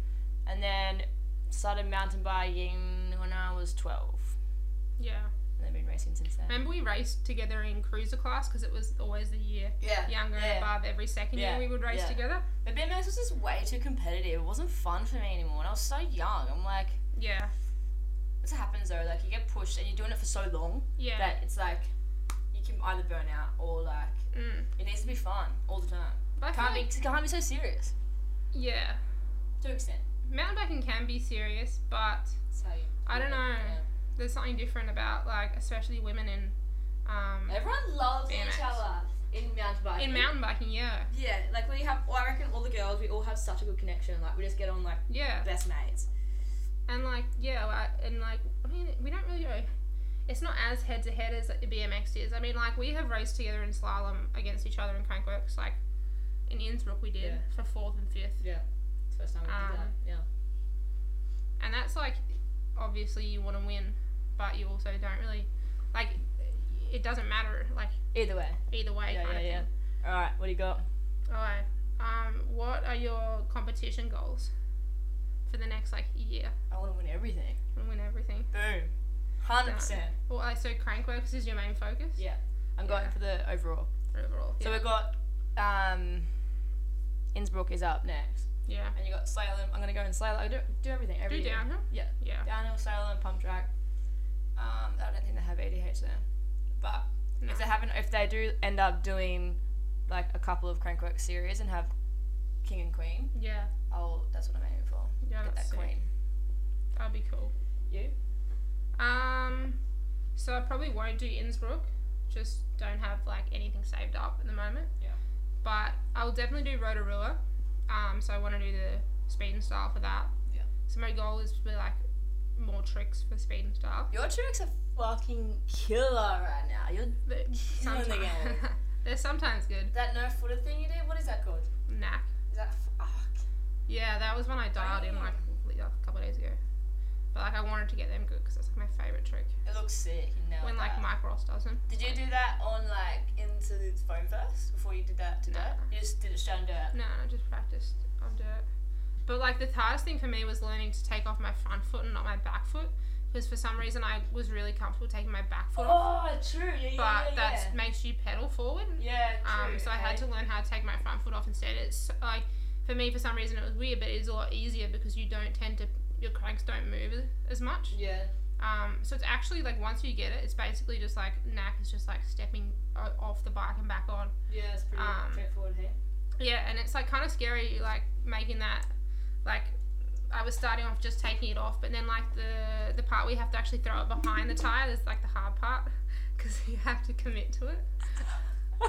Speaker 2: And then started mountain biking when I was twelve.
Speaker 1: Yeah.
Speaker 2: And I've been racing since then.
Speaker 1: Remember we raced together in cruiser class because it was always the year
Speaker 3: Yeah.
Speaker 1: younger
Speaker 2: Yeah.
Speaker 1: and above every second
Speaker 2: Yeah.
Speaker 1: year we would race
Speaker 2: Yeah.
Speaker 1: together.
Speaker 2: But BMX was just way too competitive. It wasn't fun for me anymore. And I was so young. I'm like,
Speaker 1: Yeah.
Speaker 2: this happens though. Like you get pushed and you're doing it for so long
Speaker 1: Yeah.
Speaker 2: that it's like you can either burn out or like
Speaker 1: mm.
Speaker 2: it needs to be fun all the time.
Speaker 1: But I feel
Speaker 2: Can't be
Speaker 1: like-
Speaker 2: can't be so serious
Speaker 1: yeah.
Speaker 2: to an extent.
Speaker 1: Mountain biking can be serious, but
Speaker 2: That's how you.
Speaker 1: I don't know. there's something different about like especially women in um
Speaker 3: Everyone loves
Speaker 1: BMX.
Speaker 3: each other in mountain biking.
Speaker 1: in mountain biking, yeah.
Speaker 3: Yeah, like we have. Well, I reckon all the girls we all have such a good connection. Like we just get on like
Speaker 1: Yeah.
Speaker 3: best mates.
Speaker 1: And like yeah, like and like I mean we don't really go it's not as head to head as BMX is. I mean like we have raced together in slalom against each other in crankworks, like in Innsbruck we did
Speaker 3: Yeah.
Speaker 1: for fourth and fifth.
Speaker 3: It's the first time we did
Speaker 1: Um,
Speaker 3: that. Yeah.
Speaker 1: and that's like obviously you want to win but you also don't really like it doesn't matter like
Speaker 2: Either way.
Speaker 1: either way
Speaker 2: Yeah,
Speaker 1: kind
Speaker 2: yeah,
Speaker 1: of
Speaker 2: All right. What do you got?
Speaker 1: thing alright um what are your competition goals for the next like year
Speaker 2: I want to win everything.
Speaker 1: and win everything
Speaker 2: Boom. Hundred percent.
Speaker 1: well like so crankworks is your main focus
Speaker 2: Yeah. I'm going
Speaker 1: Yeah.
Speaker 2: for the overall.
Speaker 1: overall
Speaker 2: So
Speaker 1: yeah.
Speaker 2: we've got um, Innsbruck is up next,
Speaker 1: yeah
Speaker 2: and you got Salem. I'm gonna go in Salem. I do, do everything. Every
Speaker 1: do
Speaker 2: year.
Speaker 1: downhill
Speaker 2: Yeah.
Speaker 1: yeah
Speaker 2: downhill, Salem, pump track. Um, I don't think they have ADH there, but
Speaker 1: No.
Speaker 2: if they haven't, if they do end up doing like a couple of crankwork series and have king and queen,
Speaker 1: yeah
Speaker 2: I'll that's what I'm aiming for.
Speaker 1: yeah
Speaker 2: Get that
Speaker 1: that's sick.
Speaker 2: queen.
Speaker 1: that'd be cool
Speaker 2: You?
Speaker 1: um so I probably won't do Innsbruck just don't have like anything saved up at the moment
Speaker 2: Yeah.
Speaker 1: but I'll definitely do Rotorua. Um, so I want to do the speed and style for that.
Speaker 2: Yeah.
Speaker 1: So my goal is to be like more tricks for speed and style.
Speaker 2: Your tricks are fucking killer right now. You're
Speaker 1: But
Speaker 2: killing the
Speaker 1: sometimes
Speaker 2: game.
Speaker 1: they're sometimes good.
Speaker 2: that no footer thing you did. What is that called?
Speaker 1: Knack.
Speaker 2: Is that fuck?
Speaker 1: Yeah, that was when I dialed in like
Speaker 2: Oh,
Speaker 1: a couple of days ago. But like I wanted to get them good because that's like my favorite trick.
Speaker 2: It looks sick. You know
Speaker 1: when like
Speaker 2: that.
Speaker 1: Mike Ross does them.
Speaker 2: Did you do that on like into the phone first before you did that to
Speaker 1: No.
Speaker 2: dirt? You just did it straight on dirt.
Speaker 1: No, I just practiced on dirt. But like the hardest thing for me was learning to take off my front foot and not my back foot. Because for some reason I was really comfortable taking my back foot off.
Speaker 2: Oh, true. Yeah, yeah,
Speaker 1: but
Speaker 2: yeah,
Speaker 1: that
Speaker 2: yeah.
Speaker 1: makes you pedal forward.
Speaker 2: Yeah, true.
Speaker 1: Um, so I had to learn how to take my front foot off instead. It's like for me, for some reason, it was weird, but it's a lot easier because you don't tend to your cranks don't move as- as much.
Speaker 3: Yeah.
Speaker 1: Um, so it's actually like once you get it, it's basically just like knack is just like stepping o- off the bike and back on.
Speaker 3: Yeah, it's pretty
Speaker 1: Um,
Speaker 3: straightforward here.
Speaker 1: Yeah, and it's like kind of scary, like making that. Like I was starting off just taking it off, but then like the the part where you have to actually throw it behind the tire is like the hard part because you have to commit to it.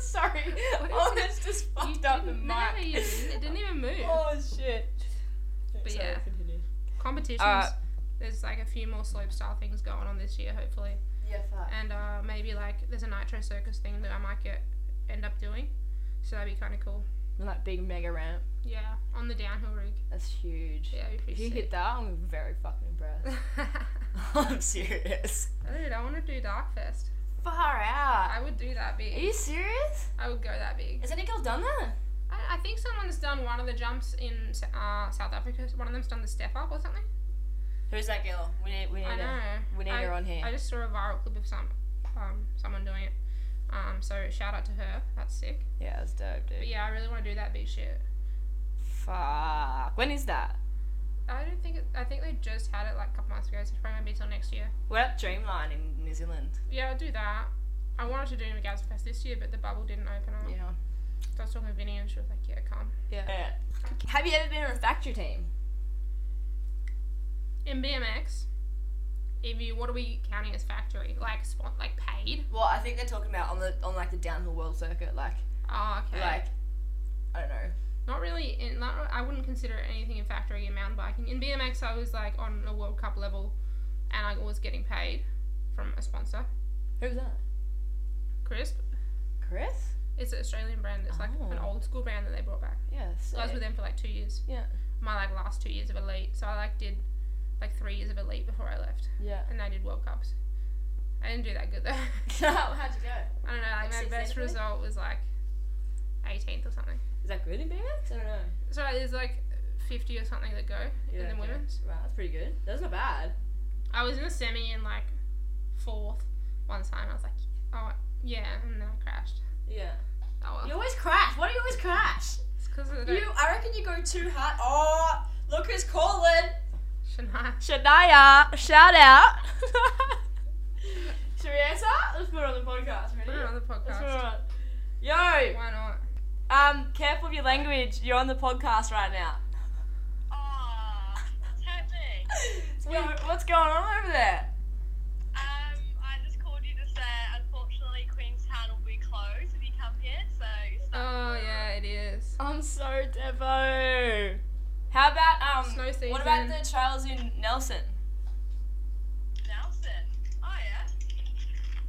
Speaker 2: Sorry.
Speaker 1: What is
Speaker 2: Oh,
Speaker 1: it?
Speaker 2: it's just
Speaker 1: You
Speaker 2: fucked up the
Speaker 1: didn't- no,
Speaker 2: mic.
Speaker 1: you didn't. It didn't even move.
Speaker 2: Oh shit.
Speaker 1: But
Speaker 2: Sorry,
Speaker 1: yeah.
Speaker 2: continue.
Speaker 1: Competitions.
Speaker 2: Uh,
Speaker 1: there's like a few more slope style things going on this year, hopefully,
Speaker 3: Yeah, fuck.
Speaker 1: and uh, maybe like there's a nitro circus thing that I might get end up doing, so that'd be kind of cool.
Speaker 2: That big mega ramp.
Speaker 1: Yeah, on the downhill rig.
Speaker 2: That's huge.
Speaker 1: Yeah, it'd be
Speaker 2: If you
Speaker 1: pretty
Speaker 2: hit
Speaker 1: sick.
Speaker 2: that, I'm very fucking impressed. I'm serious.
Speaker 1: Dude, I want to do Dark Fest.
Speaker 2: Far out.
Speaker 1: I would do that
Speaker 2: Are
Speaker 1: big.
Speaker 2: you serious?
Speaker 1: I would go that big.
Speaker 2: Has any girl done that?
Speaker 1: I, I think someone's done one of the jumps in uh, South Africa. One of them's done the step up or something.
Speaker 2: Who's that girl? We need, we need,
Speaker 1: I
Speaker 2: her.
Speaker 1: know.
Speaker 2: We need
Speaker 1: I,
Speaker 2: her on here.
Speaker 1: I just saw a viral clip of some um, someone doing it. Um, so shout out to her. That's sick.
Speaker 2: yeah, that's dope, dude.
Speaker 1: But yeah, I really want to do that big shit.
Speaker 2: Fuck. When is that?
Speaker 1: I don't think it, I think they just had it like a couple months ago, so it's probably gonna be till next year.
Speaker 2: We're at Dreamline in New Zealand.
Speaker 1: Yeah, I'll do that. I wanted to do Magazine Fest this year, but the bubble didn't open up.
Speaker 2: Yeah.
Speaker 1: So I was talking to Vinny, and she was like, "Yeah, come."
Speaker 2: Yeah. Have you ever been on a factory team?
Speaker 1: in BMX, if you what are we counting as factory? Like spot like paid?
Speaker 2: Well, I think they're talking about on the on like the downhill world circuit, like
Speaker 1: Oh, okay.
Speaker 2: like I don't know.
Speaker 1: not really in not, I wouldn't consider it anything in factory in mountain biking. In BMX I was like on a World Cup level and I was getting paid from a sponsor.
Speaker 2: Who's that?
Speaker 1: Crisp.
Speaker 2: Chris?
Speaker 1: It's an Australian brand. It's like an
Speaker 6: Oh.
Speaker 1: old school brand that they brought back.
Speaker 2: Yeah.
Speaker 1: So I was with them for like two years.
Speaker 2: Yeah.
Speaker 1: My like last two years of elite. So I like did like three years of elite before I left.
Speaker 2: Yeah.
Speaker 1: And I did World Cups. I didn't do that good though.
Speaker 2: How'd you go?
Speaker 1: I don't know. Like
Speaker 2: Like
Speaker 1: my
Speaker 2: sixth
Speaker 1: best
Speaker 2: anniversary?
Speaker 1: result was like 18th or something.
Speaker 2: Is that good in BMX? I don't know.
Speaker 1: So there's like 50 or something that go
Speaker 2: Yeah,
Speaker 1: in the
Speaker 2: okay.
Speaker 1: women's.
Speaker 2: Right, that's pretty good. That's not bad.
Speaker 1: I was in the semi in like fourth one time. I was like, oh yeah, and then I crashed.
Speaker 2: Yeah.
Speaker 1: Oh
Speaker 2: You
Speaker 1: well.
Speaker 2: always crash. Why do you always crash?
Speaker 1: It's because of the
Speaker 2: You, I reckon you go too hard. Oh, look who's calling.
Speaker 1: Shania.
Speaker 2: Shania, shout out. Should we answer? Let's put it on the podcast. Ready?
Speaker 1: Put it on the
Speaker 2: Let's put it
Speaker 1: podcast.
Speaker 2: on. Yo,
Speaker 1: Why not?
Speaker 2: um, careful of your language. You're on the podcast right now.
Speaker 7: Aw, what's happening?
Speaker 2: So what's going on over there?
Speaker 7: Um, I just called you to say, unfortunately, Queenstown will be closed if you come here, so you're stuck.
Speaker 1: Oh yeah, it is.
Speaker 2: I'm so devo. How about um?
Speaker 1: Snow season.
Speaker 2: What about the trails in Nelson?
Speaker 7: Nelson. Oh, yeah.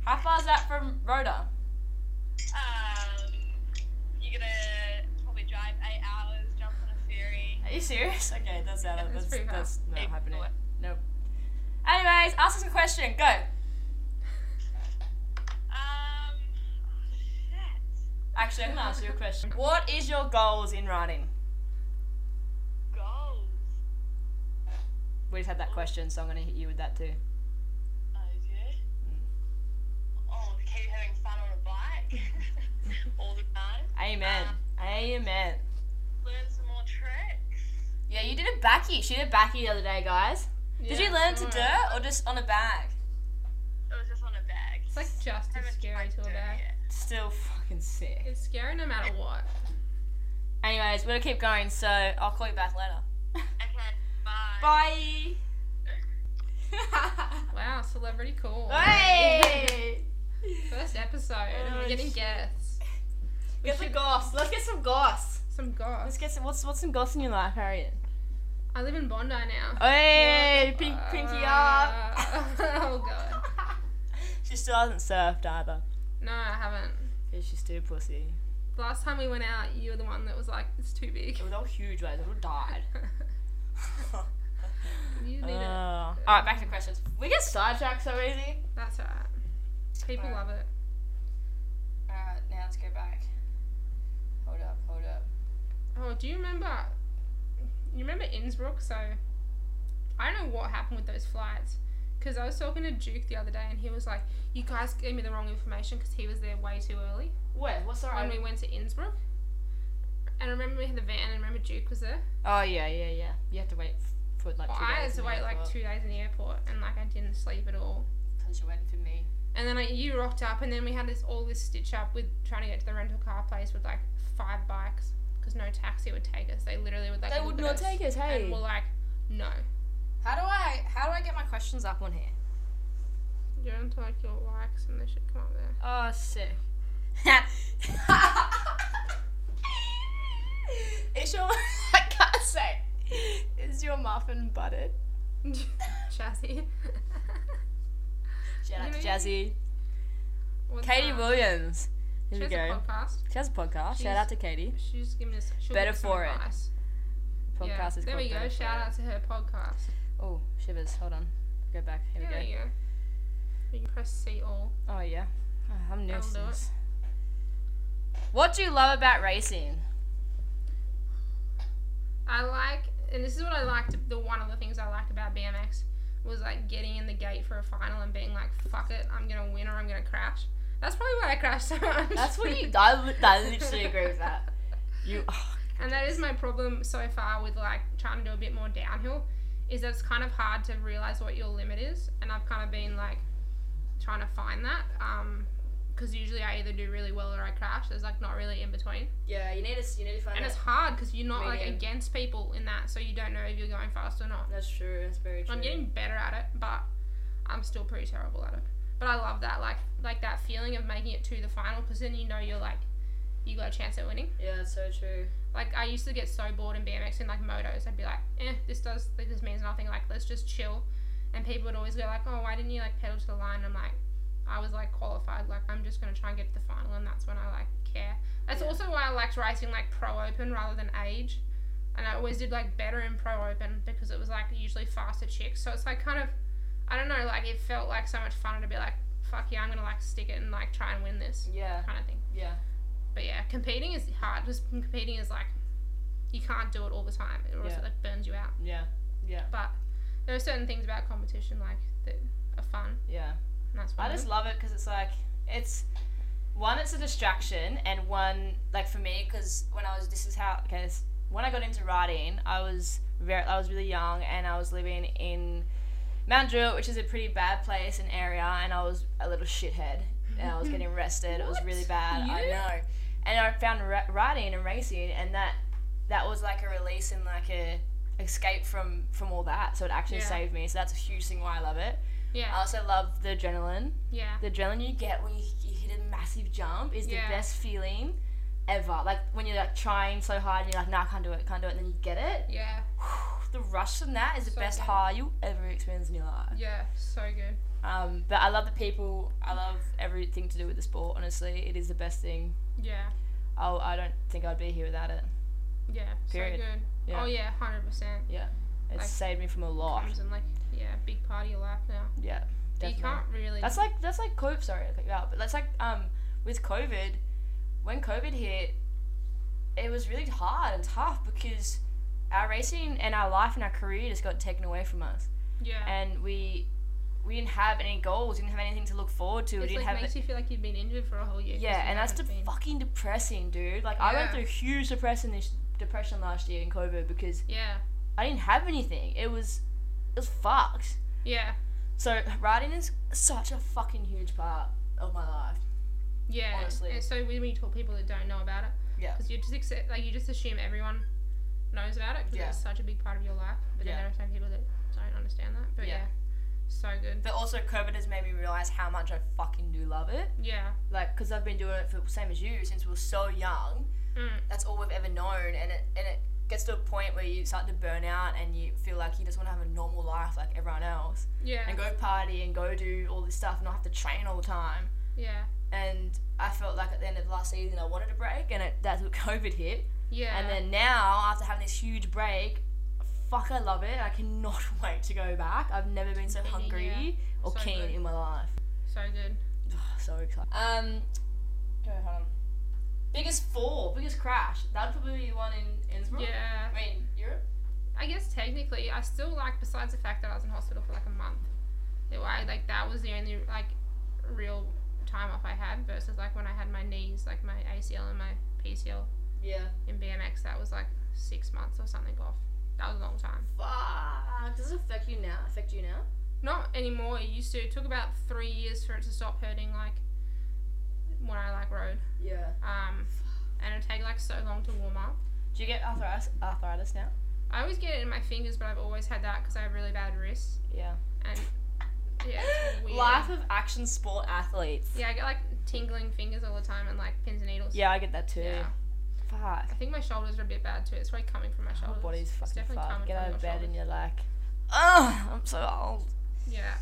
Speaker 2: How far is that from Rhoda?
Speaker 7: Um, you're gonna probably drive eight hours, jump on a ferry.
Speaker 2: Are you serious? Okay, that's out.
Speaker 1: Yeah,
Speaker 2: of
Speaker 1: that's
Speaker 2: that's
Speaker 1: pretty far.
Speaker 2: that's not
Speaker 7: Ignore
Speaker 2: happening.
Speaker 7: it.
Speaker 2: Nope. Anyways, ask us a question. Go.
Speaker 7: Um, oh, shit.
Speaker 2: Actually, I'm gonna ask you a question. What is your goals in writing?
Speaker 7: Goals.
Speaker 2: We just had that question, so I'm gonna hit you with that too.
Speaker 7: Oh, yeah.
Speaker 1: Mm.
Speaker 7: Oh, keep having fun on a bike all the time.
Speaker 2: Amen. Amen.
Speaker 7: Learn some more tricks.
Speaker 2: Yeah, you did a backy. She did a backy the other day, guys. did you learn to
Speaker 1: do?
Speaker 2: dirt or just on a bag?
Speaker 7: It was just on a bag.
Speaker 1: It's like just as scary to a bag.
Speaker 2: Still fucking sick.
Speaker 1: It's scary no matter what.
Speaker 2: Anyways, we're gonna keep going, so I'll call you back later.
Speaker 7: Okay, bye.
Speaker 2: Bye.
Speaker 1: Wow, celebrity call.
Speaker 2: Hey.
Speaker 1: First episode. and
Speaker 2: Oh,
Speaker 1: We're getting
Speaker 2: shit.
Speaker 1: guests. We
Speaker 2: Get the
Speaker 1: should-
Speaker 2: goss. Let's get some goss.
Speaker 1: some goss.
Speaker 2: Let's get some. What's what's some goss in your life, Harriet?
Speaker 1: I live in Bondi now.
Speaker 2: Hey,
Speaker 1: What the
Speaker 2: pink,
Speaker 1: fuck?
Speaker 2: pinky up.
Speaker 1: oh god.
Speaker 2: she still hasn't surfed either.
Speaker 1: No, I haven't.
Speaker 2: Yeah, she's too pussy.
Speaker 1: The last time we went out, you were the one that was like, "It's too big."
Speaker 2: It was all huge waves. It all died.
Speaker 1: you need it.
Speaker 2: all right, back to questions. We get sidetracked so easy.
Speaker 1: That's alright. People
Speaker 2: Alright.
Speaker 1: love it.
Speaker 2: All right, now let's go back. Hold up, hold up.
Speaker 1: Oh, do you remember? You remember Innsbruck? So I don't know what happened with those flights. Because I was talking to Duke the other day, and he was like, "You guys gave me the wrong information because he was there way too early
Speaker 2: Wait, what's our?
Speaker 1: when we went to Innsbruck." And I remember we had the van, and remember Duke was there.
Speaker 2: Oh yeah, yeah, yeah. You have to wait f- for like.
Speaker 1: Well,
Speaker 2: two
Speaker 1: I had
Speaker 2: days
Speaker 1: to
Speaker 2: in the
Speaker 1: wait like
Speaker 2: airport
Speaker 1: two days in the airport, and like I didn't sleep at all.
Speaker 2: 'cause you're waiting for me.
Speaker 1: And then like you rocked up, and then we had this all this stitch up with trying to get to the rental car place with like five bikes because no taxi would take us. They literally would like
Speaker 2: They
Speaker 1: look
Speaker 2: would
Speaker 1: at
Speaker 2: not
Speaker 1: us
Speaker 2: take us. Hey.
Speaker 1: and we're like, no.
Speaker 2: How do I? How do I get my questions up on here?
Speaker 1: You're into like your likes and they should come up there.
Speaker 2: Oh, sick. Is your I can't say. Is your muffin buttered?
Speaker 1: Chassis.
Speaker 2: Shout out to
Speaker 1: Maybe.
Speaker 2: Jazzy.
Speaker 1: What's
Speaker 2: Katie
Speaker 1: that?
Speaker 2: Williams. Here
Speaker 1: She
Speaker 2: we
Speaker 1: has a
Speaker 2: go.
Speaker 1: podcast.
Speaker 2: She has a podcast. Shout out to Katie.
Speaker 1: She's giving us she'll
Speaker 2: Better
Speaker 1: give us some
Speaker 2: for it.
Speaker 1: advice.
Speaker 2: Podcast
Speaker 1: yeah.
Speaker 2: is called
Speaker 1: There we go.
Speaker 2: Better For
Speaker 1: Shout
Speaker 2: It.
Speaker 1: out to her podcast.
Speaker 2: Oh, shivers. Hold on. Go back. Here
Speaker 1: there
Speaker 2: we
Speaker 1: you
Speaker 2: go.
Speaker 1: go. You can press see all.
Speaker 2: Oh, yeah. Oh, I'm new to
Speaker 1: That'll do it.
Speaker 2: this. What do you love about racing?
Speaker 1: I like, and this is what I liked. The one of the things I liked about BMX was like getting in the gate for a final and being like, "Fuck it, I'm gonna win or I'm gonna crash." That's probably why I crashed so much.
Speaker 2: That's what you. I, li- I literally agree with that. You. Oh,
Speaker 1: And that is my problem so far with like trying to do a bit more downhill, is that it's kind of hard to realize what your limit is, and I've kind of been like trying to find that. Um, because usually I either do really well or I crash. There's like not really in between,
Speaker 3: Yeah, you need to s- you need to find
Speaker 1: and
Speaker 3: out.
Speaker 1: it's hard because you're not like
Speaker 3: Medium.
Speaker 1: against people in that, so you don't know if you're going fast or not.
Speaker 3: That's true. That's very true.
Speaker 1: I'm getting better at it, but I'm still pretty terrible at it. But I love that like like that feeling of making it to the final because then you know you're like you got a chance at winning.
Speaker 3: Yeah, that's so true.
Speaker 1: Like I used to get so bored in BMX and like motos, I'd be like, eh, this does like, this means nothing. Like let's just chill. And people would always go like, oh, why didn't you like pedal to the line? I'm like, I was like qualified. Like I'm just gonna try and get to the final, and that's when I like care. That's
Speaker 3: Yeah.
Speaker 1: also why I liked racing like pro open rather than age. And I always did like better in pro open because it was like usually faster chicks. So it's like kind of, I don't know, like it felt like so much fun to be like, fuck yeah, I'm gonna like stick it and like try and win this
Speaker 3: Yeah,
Speaker 1: kind of thing.
Speaker 3: yeah.
Speaker 1: But yeah, competing is hard. Just competing is like you can't do it all the time, or else
Speaker 2: Yeah.
Speaker 1: it like burns you out.
Speaker 2: Yeah.
Speaker 1: But there are certain things about competition like that are fun,
Speaker 2: Yeah.
Speaker 1: and that's one
Speaker 2: I
Speaker 1: of
Speaker 2: just
Speaker 1: them.
Speaker 2: love it because it's like it's one, it's a distraction, and one like for me because when I was this is how okay this, when I got into riding, I was very I was really young and I was living in Mount Druitt, which is a pretty bad place and area, and I was a little shithead and I was getting arrested. It was
Speaker 1: What?
Speaker 2: really bad. I
Speaker 1: You?
Speaker 2: know, and I found ra- riding and racing, and that that was like a release and like a escape from from all that. So it actually
Speaker 1: Yeah.
Speaker 2: saved me. So that's a huge thing why I love it. I
Speaker 1: yeah,
Speaker 2: also love the adrenaline
Speaker 1: yeah,
Speaker 2: the adrenaline you get when you, you hit a massive jump is
Speaker 1: Yeah.
Speaker 2: the best feeling ever. Like when you're like trying so hard and you're like, nah, I can't do it, can't do it, and then you get it.
Speaker 1: yeah,
Speaker 2: The rush from that is the
Speaker 1: So
Speaker 2: best
Speaker 1: good.
Speaker 2: high you ever experience in your life.
Speaker 1: yeah. So good.
Speaker 2: Um, but I love the people. I love everything to do with the sport. Honestly, it is the best thing.
Speaker 1: Yeah,
Speaker 2: I'll, I don't think I'd be here without it.
Speaker 1: yeah.
Speaker 2: Period.
Speaker 1: So good.
Speaker 2: Yeah.
Speaker 1: Oh yeah, hundred percent.
Speaker 2: It's
Speaker 1: Like-
Speaker 2: saved me from a lot.
Speaker 1: Comes in like yeah, big part of your life now.
Speaker 2: Yeah,
Speaker 1: But
Speaker 2: definitely.
Speaker 1: You can't really.
Speaker 2: That's like that's like COVID. Sorry, I cut you out. But that's like um with COVID, when COVID hit, it was really hard and tough because our racing and our life and our career just got taken away from us,
Speaker 1: yeah.
Speaker 2: and we we didn't have any goals, didn't have anything to look forward to. we
Speaker 1: It's
Speaker 2: didn't
Speaker 1: like
Speaker 2: have
Speaker 1: makes you feel like you've been injured for a whole year. 'cause
Speaker 2: yeah,
Speaker 1: you
Speaker 2: and that's de-
Speaker 1: haven't been.
Speaker 2: fucking depressing, dude. Like I went
Speaker 1: Yeah.
Speaker 2: through huge depression this depression last year in COVID because
Speaker 1: Yeah,
Speaker 2: I didn't have anything. It was it was fucked.
Speaker 1: yeah,
Speaker 2: So riding is such a fucking huge part of my life.
Speaker 1: yeah.
Speaker 2: Honestly.
Speaker 1: And so when we talk people that don't know about it.
Speaker 2: Yeah.
Speaker 1: because you just accept like you just assume everyone knows about it because
Speaker 2: Yeah.
Speaker 1: it's such a big part of your life but
Speaker 2: Yeah.
Speaker 1: then there are some people that don't understand that but yeah,
Speaker 2: Yeah.
Speaker 1: so good
Speaker 2: But also, COVID has made me realize how much I fucking do love it.
Speaker 1: yeah
Speaker 2: Like, because I've been doing it for same as you since we were so young.
Speaker 1: mm.
Speaker 2: That's all we've ever known, and it and it gets to a point where you start to burn out and you feel like you just want to have a normal life like everyone else
Speaker 1: yeah
Speaker 2: and go party and go do all this stuff and not have to train all the time.
Speaker 1: yeah
Speaker 2: And I felt like at the end of last season I wanted a break, and it, that's what COVID hit.
Speaker 1: yeah
Speaker 2: And then now after having this huge break. Fuck, I love it. I cannot wait to go back. I've never been so
Speaker 1: Yeah.
Speaker 2: hungry or
Speaker 1: So
Speaker 2: keen
Speaker 1: good.
Speaker 2: in my life.
Speaker 1: so good
Speaker 2: so excited. Um, okay, hold on. Biggest fall, biggest crash. That'd probably be one in Innsbruck.
Speaker 1: yeah
Speaker 2: I mean, Europe.
Speaker 1: I guess technically I still like besides the fact that I was in hospital for like a month that I like that was the only like real time off I had versus like when I had my knees like my ACL and my PCL
Speaker 2: Yeah.
Speaker 1: in BMX that was like six months or something off that was a long time
Speaker 3: Fuck. Does it affect you now? Affect you now?
Speaker 1: not anymore. It used to. It took about three years for it to stop hurting. Like when I like rode,
Speaker 3: Yeah.
Speaker 1: um, and it would take like so long to warm up.
Speaker 2: Do you get arthritis? Arthritis now?
Speaker 1: I always get it in my fingers, but I've always had that because I have really bad wrists.
Speaker 2: Yeah.
Speaker 1: And yeah, it's weird.
Speaker 2: Life of action sport athletes.
Speaker 1: Yeah, I get like tingling fingers all the time and like pins and needles.
Speaker 2: Yeah, I get that too.
Speaker 1: Yeah. I
Speaker 2: Fuck.
Speaker 1: think my shoulders are a bit bad too. It's probably coming from my
Speaker 2: My
Speaker 1: shoulders.
Speaker 2: Oh, body's
Speaker 1: It's
Speaker 2: fucking
Speaker 1: definitely
Speaker 2: fucked.
Speaker 1: coming
Speaker 2: Get
Speaker 1: from
Speaker 2: out
Speaker 1: your
Speaker 2: of bed
Speaker 1: shoulders.
Speaker 2: and you're like, oh, I'm so old.
Speaker 1: Yeah.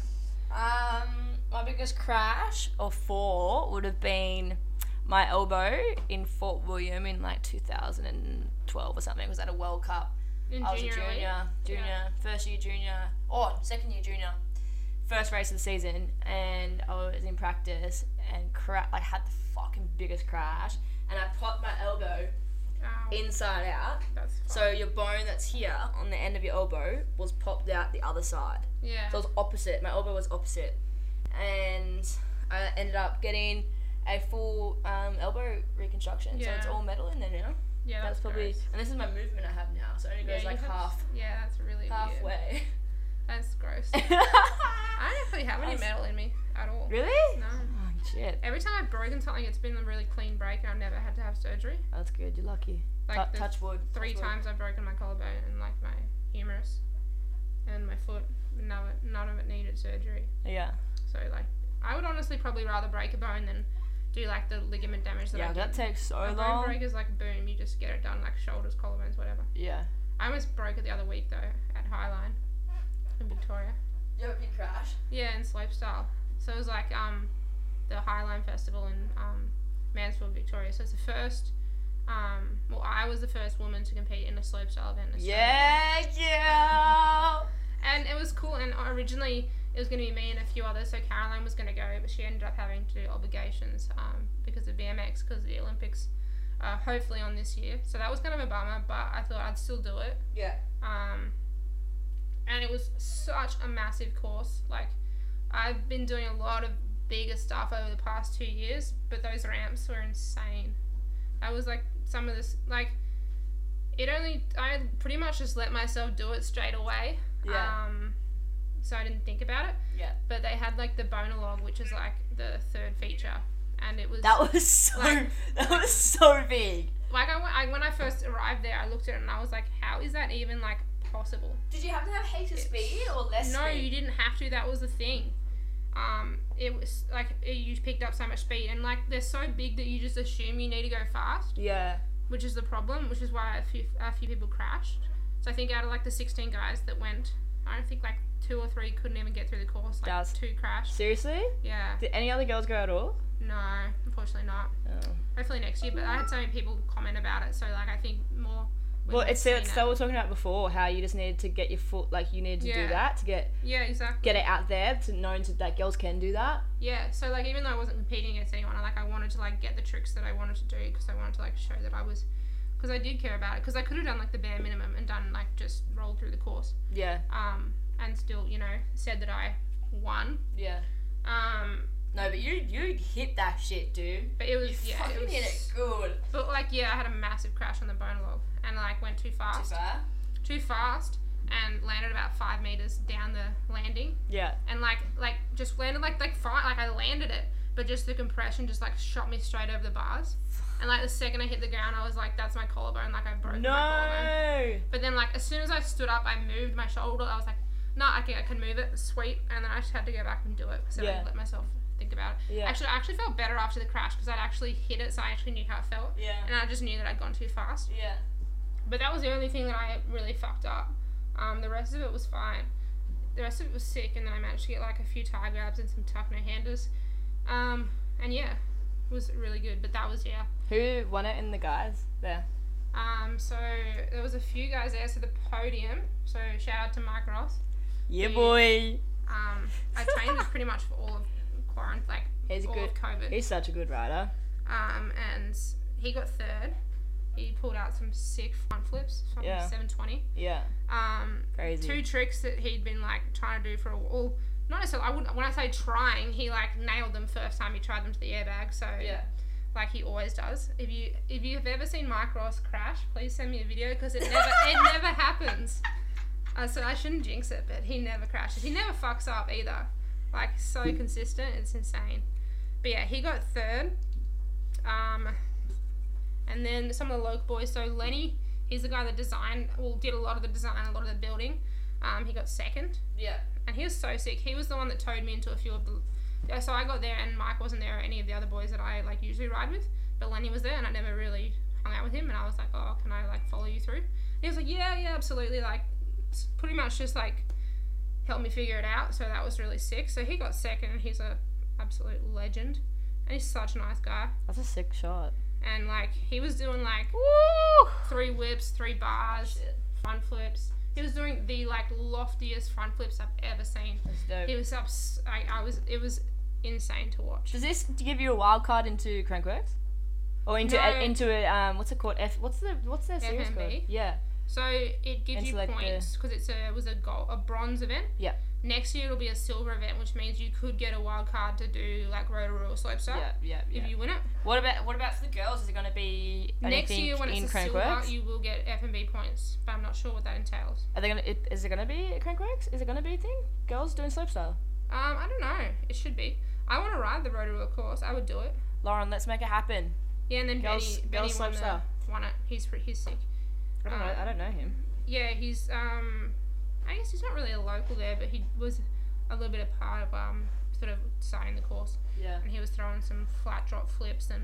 Speaker 2: Um, my biggest crash or fall would have been my elbow in Fort William in like 2012 or something. It was at a World Cup.
Speaker 1: In
Speaker 2: I was
Speaker 1: junior,
Speaker 2: a
Speaker 1: elite?
Speaker 2: junior, junior, first year junior, or second year junior, first race of the season, and I was in practice and cra- I had the fucking biggest crash, and I popped my elbow
Speaker 1: Ow,
Speaker 2: inside out.
Speaker 1: oh, that's
Speaker 2: So your bone that's here on the end of your elbow was popped out the other side.
Speaker 1: yeah.
Speaker 2: So it was opposite. My elbow was opposite, and I ended up getting a full um, elbow reconstruction. So it's
Speaker 1: Yeah.
Speaker 2: all metal in there now.
Speaker 1: yeah,
Speaker 2: That's probably
Speaker 1: gross.
Speaker 2: and this is my movement I have now. So it only
Speaker 1: yeah,
Speaker 2: goes
Speaker 1: you
Speaker 2: like
Speaker 1: have-
Speaker 2: half
Speaker 1: Yeah, that's really weird.
Speaker 2: halfway.
Speaker 1: That's gross. I don't actually have any
Speaker 2: Us.
Speaker 1: metal in me at all.
Speaker 2: really?
Speaker 1: No.
Speaker 2: Oh, Shit.
Speaker 1: Every time I've broken something, it's been a really clean break, and I've never had to have surgery.
Speaker 2: That's good. You're lucky.
Speaker 1: Like
Speaker 2: Tou-
Speaker 1: the
Speaker 2: touch wood.
Speaker 1: three
Speaker 2: touch wood.
Speaker 1: times I've broken my collarbone and like my humerus and my foot. None of it, none of it needed surgery.
Speaker 2: Yeah.
Speaker 1: So like, I would honestly probably rather break a bone than do like the ligament damage that I
Speaker 2: Yeah,
Speaker 1: did.
Speaker 2: that takes so
Speaker 1: a bone
Speaker 2: long.
Speaker 1: break is like boom, you just get it done, like shoulders, collarbones, whatever.
Speaker 2: Yeah.
Speaker 1: I almost broke it the other week though at Highline in Victoria.
Speaker 3: You have a big crash.
Speaker 1: Yeah, in slopestyle. So it was like um, the Highline Festival in um, Mansfield, Victoria. So it's the first. Um, well, I was the first woman to compete in a slopestyle event. in Australia.
Speaker 2: Yeah, yeah.
Speaker 1: Um, And it was cool. And originally it was going to be me and a few others. So Caroline was going to go, but she ended up having to do obligations um, because of BMX, because the Olympics. Uh, hopefully on this year. So that was kind of a bummer, but I thought I'd still do it.
Speaker 3: Yeah.
Speaker 1: Um, and it was such a massive course. Like, I've been doing a lot of bigger stuff over the past two years, but those ramps were insane. I was like, some of this, like, it only, I pretty much just let myself do it straight away.
Speaker 2: Yeah.
Speaker 1: Um, so I didn't think about it.
Speaker 2: Yeah.
Speaker 1: But they had, like, the bonologue, which is, like, the third feature. And it was.
Speaker 2: That was so.
Speaker 1: Like-
Speaker 2: that was so big.
Speaker 1: like, I, went- I, when I first arrived there, I looked at it and I was like, how is that even, like, possible?
Speaker 3: Did you have to have hater
Speaker 1: It's-
Speaker 3: speed or less
Speaker 1: No, you
Speaker 3: speed?
Speaker 1: didn't have to. That was the thing. Um, it was like it- you picked up so much speed, and like they're so big that you just assume you need to go fast,
Speaker 2: Yeah.
Speaker 1: which is the problem. Which is why a few a few people crashed. So I think out of like the sixteen guys that went, I don't think like two or three couldn't even get through the course. Like
Speaker 2: That's-
Speaker 1: two crashed.
Speaker 2: Seriously?
Speaker 1: Yeah.
Speaker 2: Did any other girls go at all?
Speaker 1: No, unfortunately not.
Speaker 2: Oh.
Speaker 1: Hopefully next year. But I had so many people comment about it, so like I think more.
Speaker 2: Well,
Speaker 1: women
Speaker 2: it's that
Speaker 1: seen
Speaker 2: it's that we were talking about before. How you just needed to get your foot, like you needed to
Speaker 1: Yeah.
Speaker 2: do that to get
Speaker 1: Yeah, exactly.
Speaker 2: get it out there to known to that girls can do that.
Speaker 1: Yeah, so like even though I wasn't competing against anyone, I like I wanted to like get the tricks that I wanted to do because I wanted to like show that I was, because I did care about it because I could have done like the bare minimum and done like just rolled through the course,
Speaker 2: Yeah.
Speaker 1: um, and still you know said that I won,
Speaker 2: Yeah.
Speaker 1: um,
Speaker 3: No, but you you hit that shit, dude.
Speaker 1: but it was
Speaker 3: You
Speaker 1: yeah,
Speaker 3: fucking
Speaker 1: it was,
Speaker 3: hit it good.
Speaker 1: but like yeah, I had a massive crash on the bone log and like went too
Speaker 3: Too
Speaker 1: fast,
Speaker 3: far.
Speaker 1: too fast, and landed about five meters down the landing,
Speaker 2: Yeah.
Speaker 1: and like like just landed like like fine like I landed it, but just the compression just like shot me straight over the bars. And like the second I hit the ground, I was like, "That's my collarbone." Like I broke my collarbone.
Speaker 2: No.
Speaker 1: But then like as soon as I stood up, I moved my shoulder. I was like, "No, okay, I can move it, sweet." And then I just had to go back and do it because I
Speaker 2: Yeah.
Speaker 1: didn't let myself think about it.
Speaker 2: Yeah.
Speaker 1: Actually, I actually felt better after the crash because I'd actually hit it, so I actually knew how it felt,
Speaker 3: Yeah.
Speaker 1: and I just knew that I'd gone too fast.
Speaker 3: Yeah.
Speaker 1: But that was the only thing that I really fucked up. Um, the rest of it was fine. The rest of it was sick, and then I managed to get like a few tie grabs and some tuck no handers. Um, and yeah, it was really good. But that was yeah.
Speaker 2: Who won it in the guys there?
Speaker 1: Um, so there was a few guys there. So the podium. So shout out to Mike Ross.
Speaker 2: Yeah,
Speaker 1: Yeah.
Speaker 2: boy.
Speaker 1: Um, I trained with pretty much for all of quarantine, like
Speaker 2: He's a
Speaker 1: all
Speaker 2: good.
Speaker 1: of COVID.
Speaker 2: He's such a good rider.
Speaker 1: Um, and he got third. He pulled out some sick front flips, fucking
Speaker 2: Yeah.
Speaker 1: 720.
Speaker 2: Yeah.
Speaker 1: Um,
Speaker 2: Crazy.
Speaker 1: two tricks that he'd been like trying to do for a while. Not necessarily. I wouldn't. When I say trying, he like nailed them first time he tried them to the airbag. So
Speaker 3: Yeah.
Speaker 1: like he always does. If you if you've ever seen Mike Ross crash, please send me a video because it never it never happens. Uh, so I shouldn't jinx it, but he never crashes. He never fucks up either. Like so consistent, it's insane. But yeah, he got third. Um, and then some of the local boys. So Lenny, he's the guy that designed, well, did a lot of the design, a lot of the building. Um, he got second
Speaker 3: Yeah.
Speaker 1: and he was so sick. He was the one that towed me into a few of the. yeah, So I got there, and Mike wasn't there, or any of the other boys that I like usually ride with. But Lenny was there, and I never really hung out with him. And I was like, "Oh, can I like follow you through?" And he was like, "Yeah, yeah, absolutely." Like, s- pretty much just like helped me figure it out. So that was really sick. So he got second, and he's a absolute legend, and he's such a nice guy.
Speaker 2: That's a sick shot.
Speaker 1: And like he was doing like
Speaker 2: Woo!
Speaker 1: three whips, three bars,
Speaker 3: Shit.
Speaker 1: front flips. He was doing the like loftiest front flips I've ever seen.
Speaker 2: That's dope.
Speaker 1: It was ups- I, I was. It was insane to watch.
Speaker 2: Does this give you a wild card into Crankworks? Or into
Speaker 1: No.
Speaker 2: into a um what's it called? F what's the what's their series called?
Speaker 1: FMB?
Speaker 2: Yeah.
Speaker 1: So it gives
Speaker 2: And
Speaker 1: you
Speaker 2: select the-
Speaker 1: points because it's a it was a gold a bronze event.
Speaker 2: Yeah.
Speaker 1: Next year it'll be a silver event, which means you could get a wild card to do like rotor or slope stuff
Speaker 2: Yeah, yeah,
Speaker 1: if
Speaker 2: yeah.
Speaker 1: you win it.
Speaker 2: What about what about for the girls? Is it gonna be
Speaker 1: Next
Speaker 2: anything
Speaker 1: year when
Speaker 2: in
Speaker 1: it's a silver,
Speaker 2: Crankworks?
Speaker 1: you will get F and B points, but I'm not sure what that entails.
Speaker 2: Are they gonna it, is it gonna be at Crankworks? Is it gonna be a thing? Girls doing slopestyle?
Speaker 1: Um, I don't know. It should be. I want to ride the rotor wheel course. I would do it.
Speaker 2: Lauren, let's make it happen.
Speaker 1: Yeah, and then
Speaker 2: Girls-
Speaker 1: Benny,
Speaker 2: girls
Speaker 1: Benny
Speaker 2: slopes
Speaker 1: won,
Speaker 2: are-
Speaker 1: the, won it. He's pre- he's sick.
Speaker 2: I don't know. I don't know him.
Speaker 1: Yeah, he's um, I guess he's not really a local there, but he was a little bit a part of um, sort of starting the course,
Speaker 3: Yeah.
Speaker 1: and he was throwing some flat drop flips and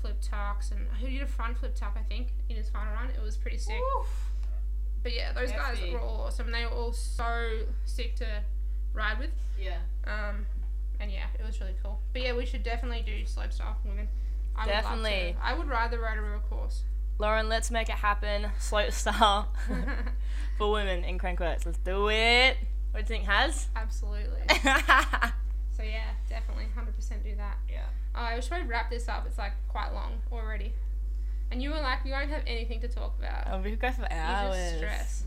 Speaker 1: flip tucks, and he did a front flip tuck I think in his final run. It was pretty sick. But yeah, those guys
Speaker 3: Hefty.
Speaker 1: were all awesome. They were all so sick to ride with.
Speaker 3: Yeah.
Speaker 1: Um, and yeah, it was really cool. But yeah, we should definitely do slopestyle for women. I Would
Speaker 2: Definitely.
Speaker 1: love to. I would ride the Rotorua course.
Speaker 2: Lauren, let's make it happen. Slow style for women in crankworks. Let's do it. What do you think, Has?
Speaker 1: Absolutely. So yeah, definitely, hundred percent do that.
Speaker 3: Yeah.
Speaker 1: Uh, I we should probably wrap this up. It's like quite long already. And you were like, we don't have anything to talk about.
Speaker 2: oh, we could go for
Speaker 1: you
Speaker 2: hours.
Speaker 1: just stress.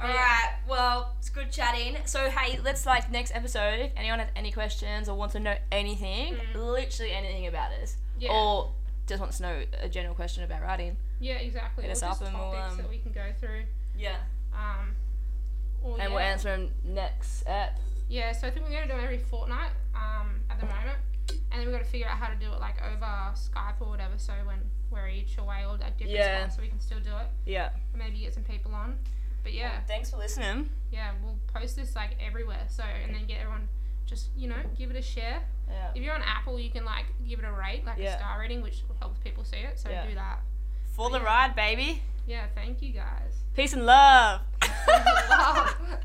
Speaker 3: All
Speaker 1: Yeah.
Speaker 3: right. Well, it's good chatting.
Speaker 2: So hey, let's like next episode. If anyone has any questions or wants to know anything,
Speaker 1: Mm.
Speaker 2: literally anything about us,
Speaker 1: Yeah.
Speaker 2: or just wants to know a general question about writing,
Speaker 1: yeah, exactly.
Speaker 2: Hit
Speaker 1: Or
Speaker 2: us
Speaker 1: just
Speaker 2: up and we'll,
Speaker 1: topics
Speaker 2: um,
Speaker 1: that we can go through.
Speaker 3: Yeah.
Speaker 1: Um, or
Speaker 2: and
Speaker 1: yeah.
Speaker 2: we'll answer them next ep.
Speaker 1: Yeah, so I think we're gonna do it every fortnight um, at the moment, and then we've got to figure out how to do it like over Skype or whatever. So when we're each away or like different
Speaker 2: Yeah.
Speaker 1: spots, so we can still do it.
Speaker 2: Yeah.
Speaker 1: And maybe get some people on. But yeah,
Speaker 2: Thanks for listening.
Speaker 1: yeah, we'll post this like everywhere. So and then get everyone just you know give it a share.
Speaker 2: Yeah.
Speaker 1: If you're on Apple, you can like give it a rate, like
Speaker 2: Yeah.
Speaker 1: a star rating, which helps people see it. So
Speaker 2: Yeah.
Speaker 1: do that.
Speaker 2: For the
Speaker 1: Yeah.
Speaker 2: ride, baby.
Speaker 1: Yeah, thank you guys.
Speaker 2: Peace and love.
Speaker 1: Love. Oh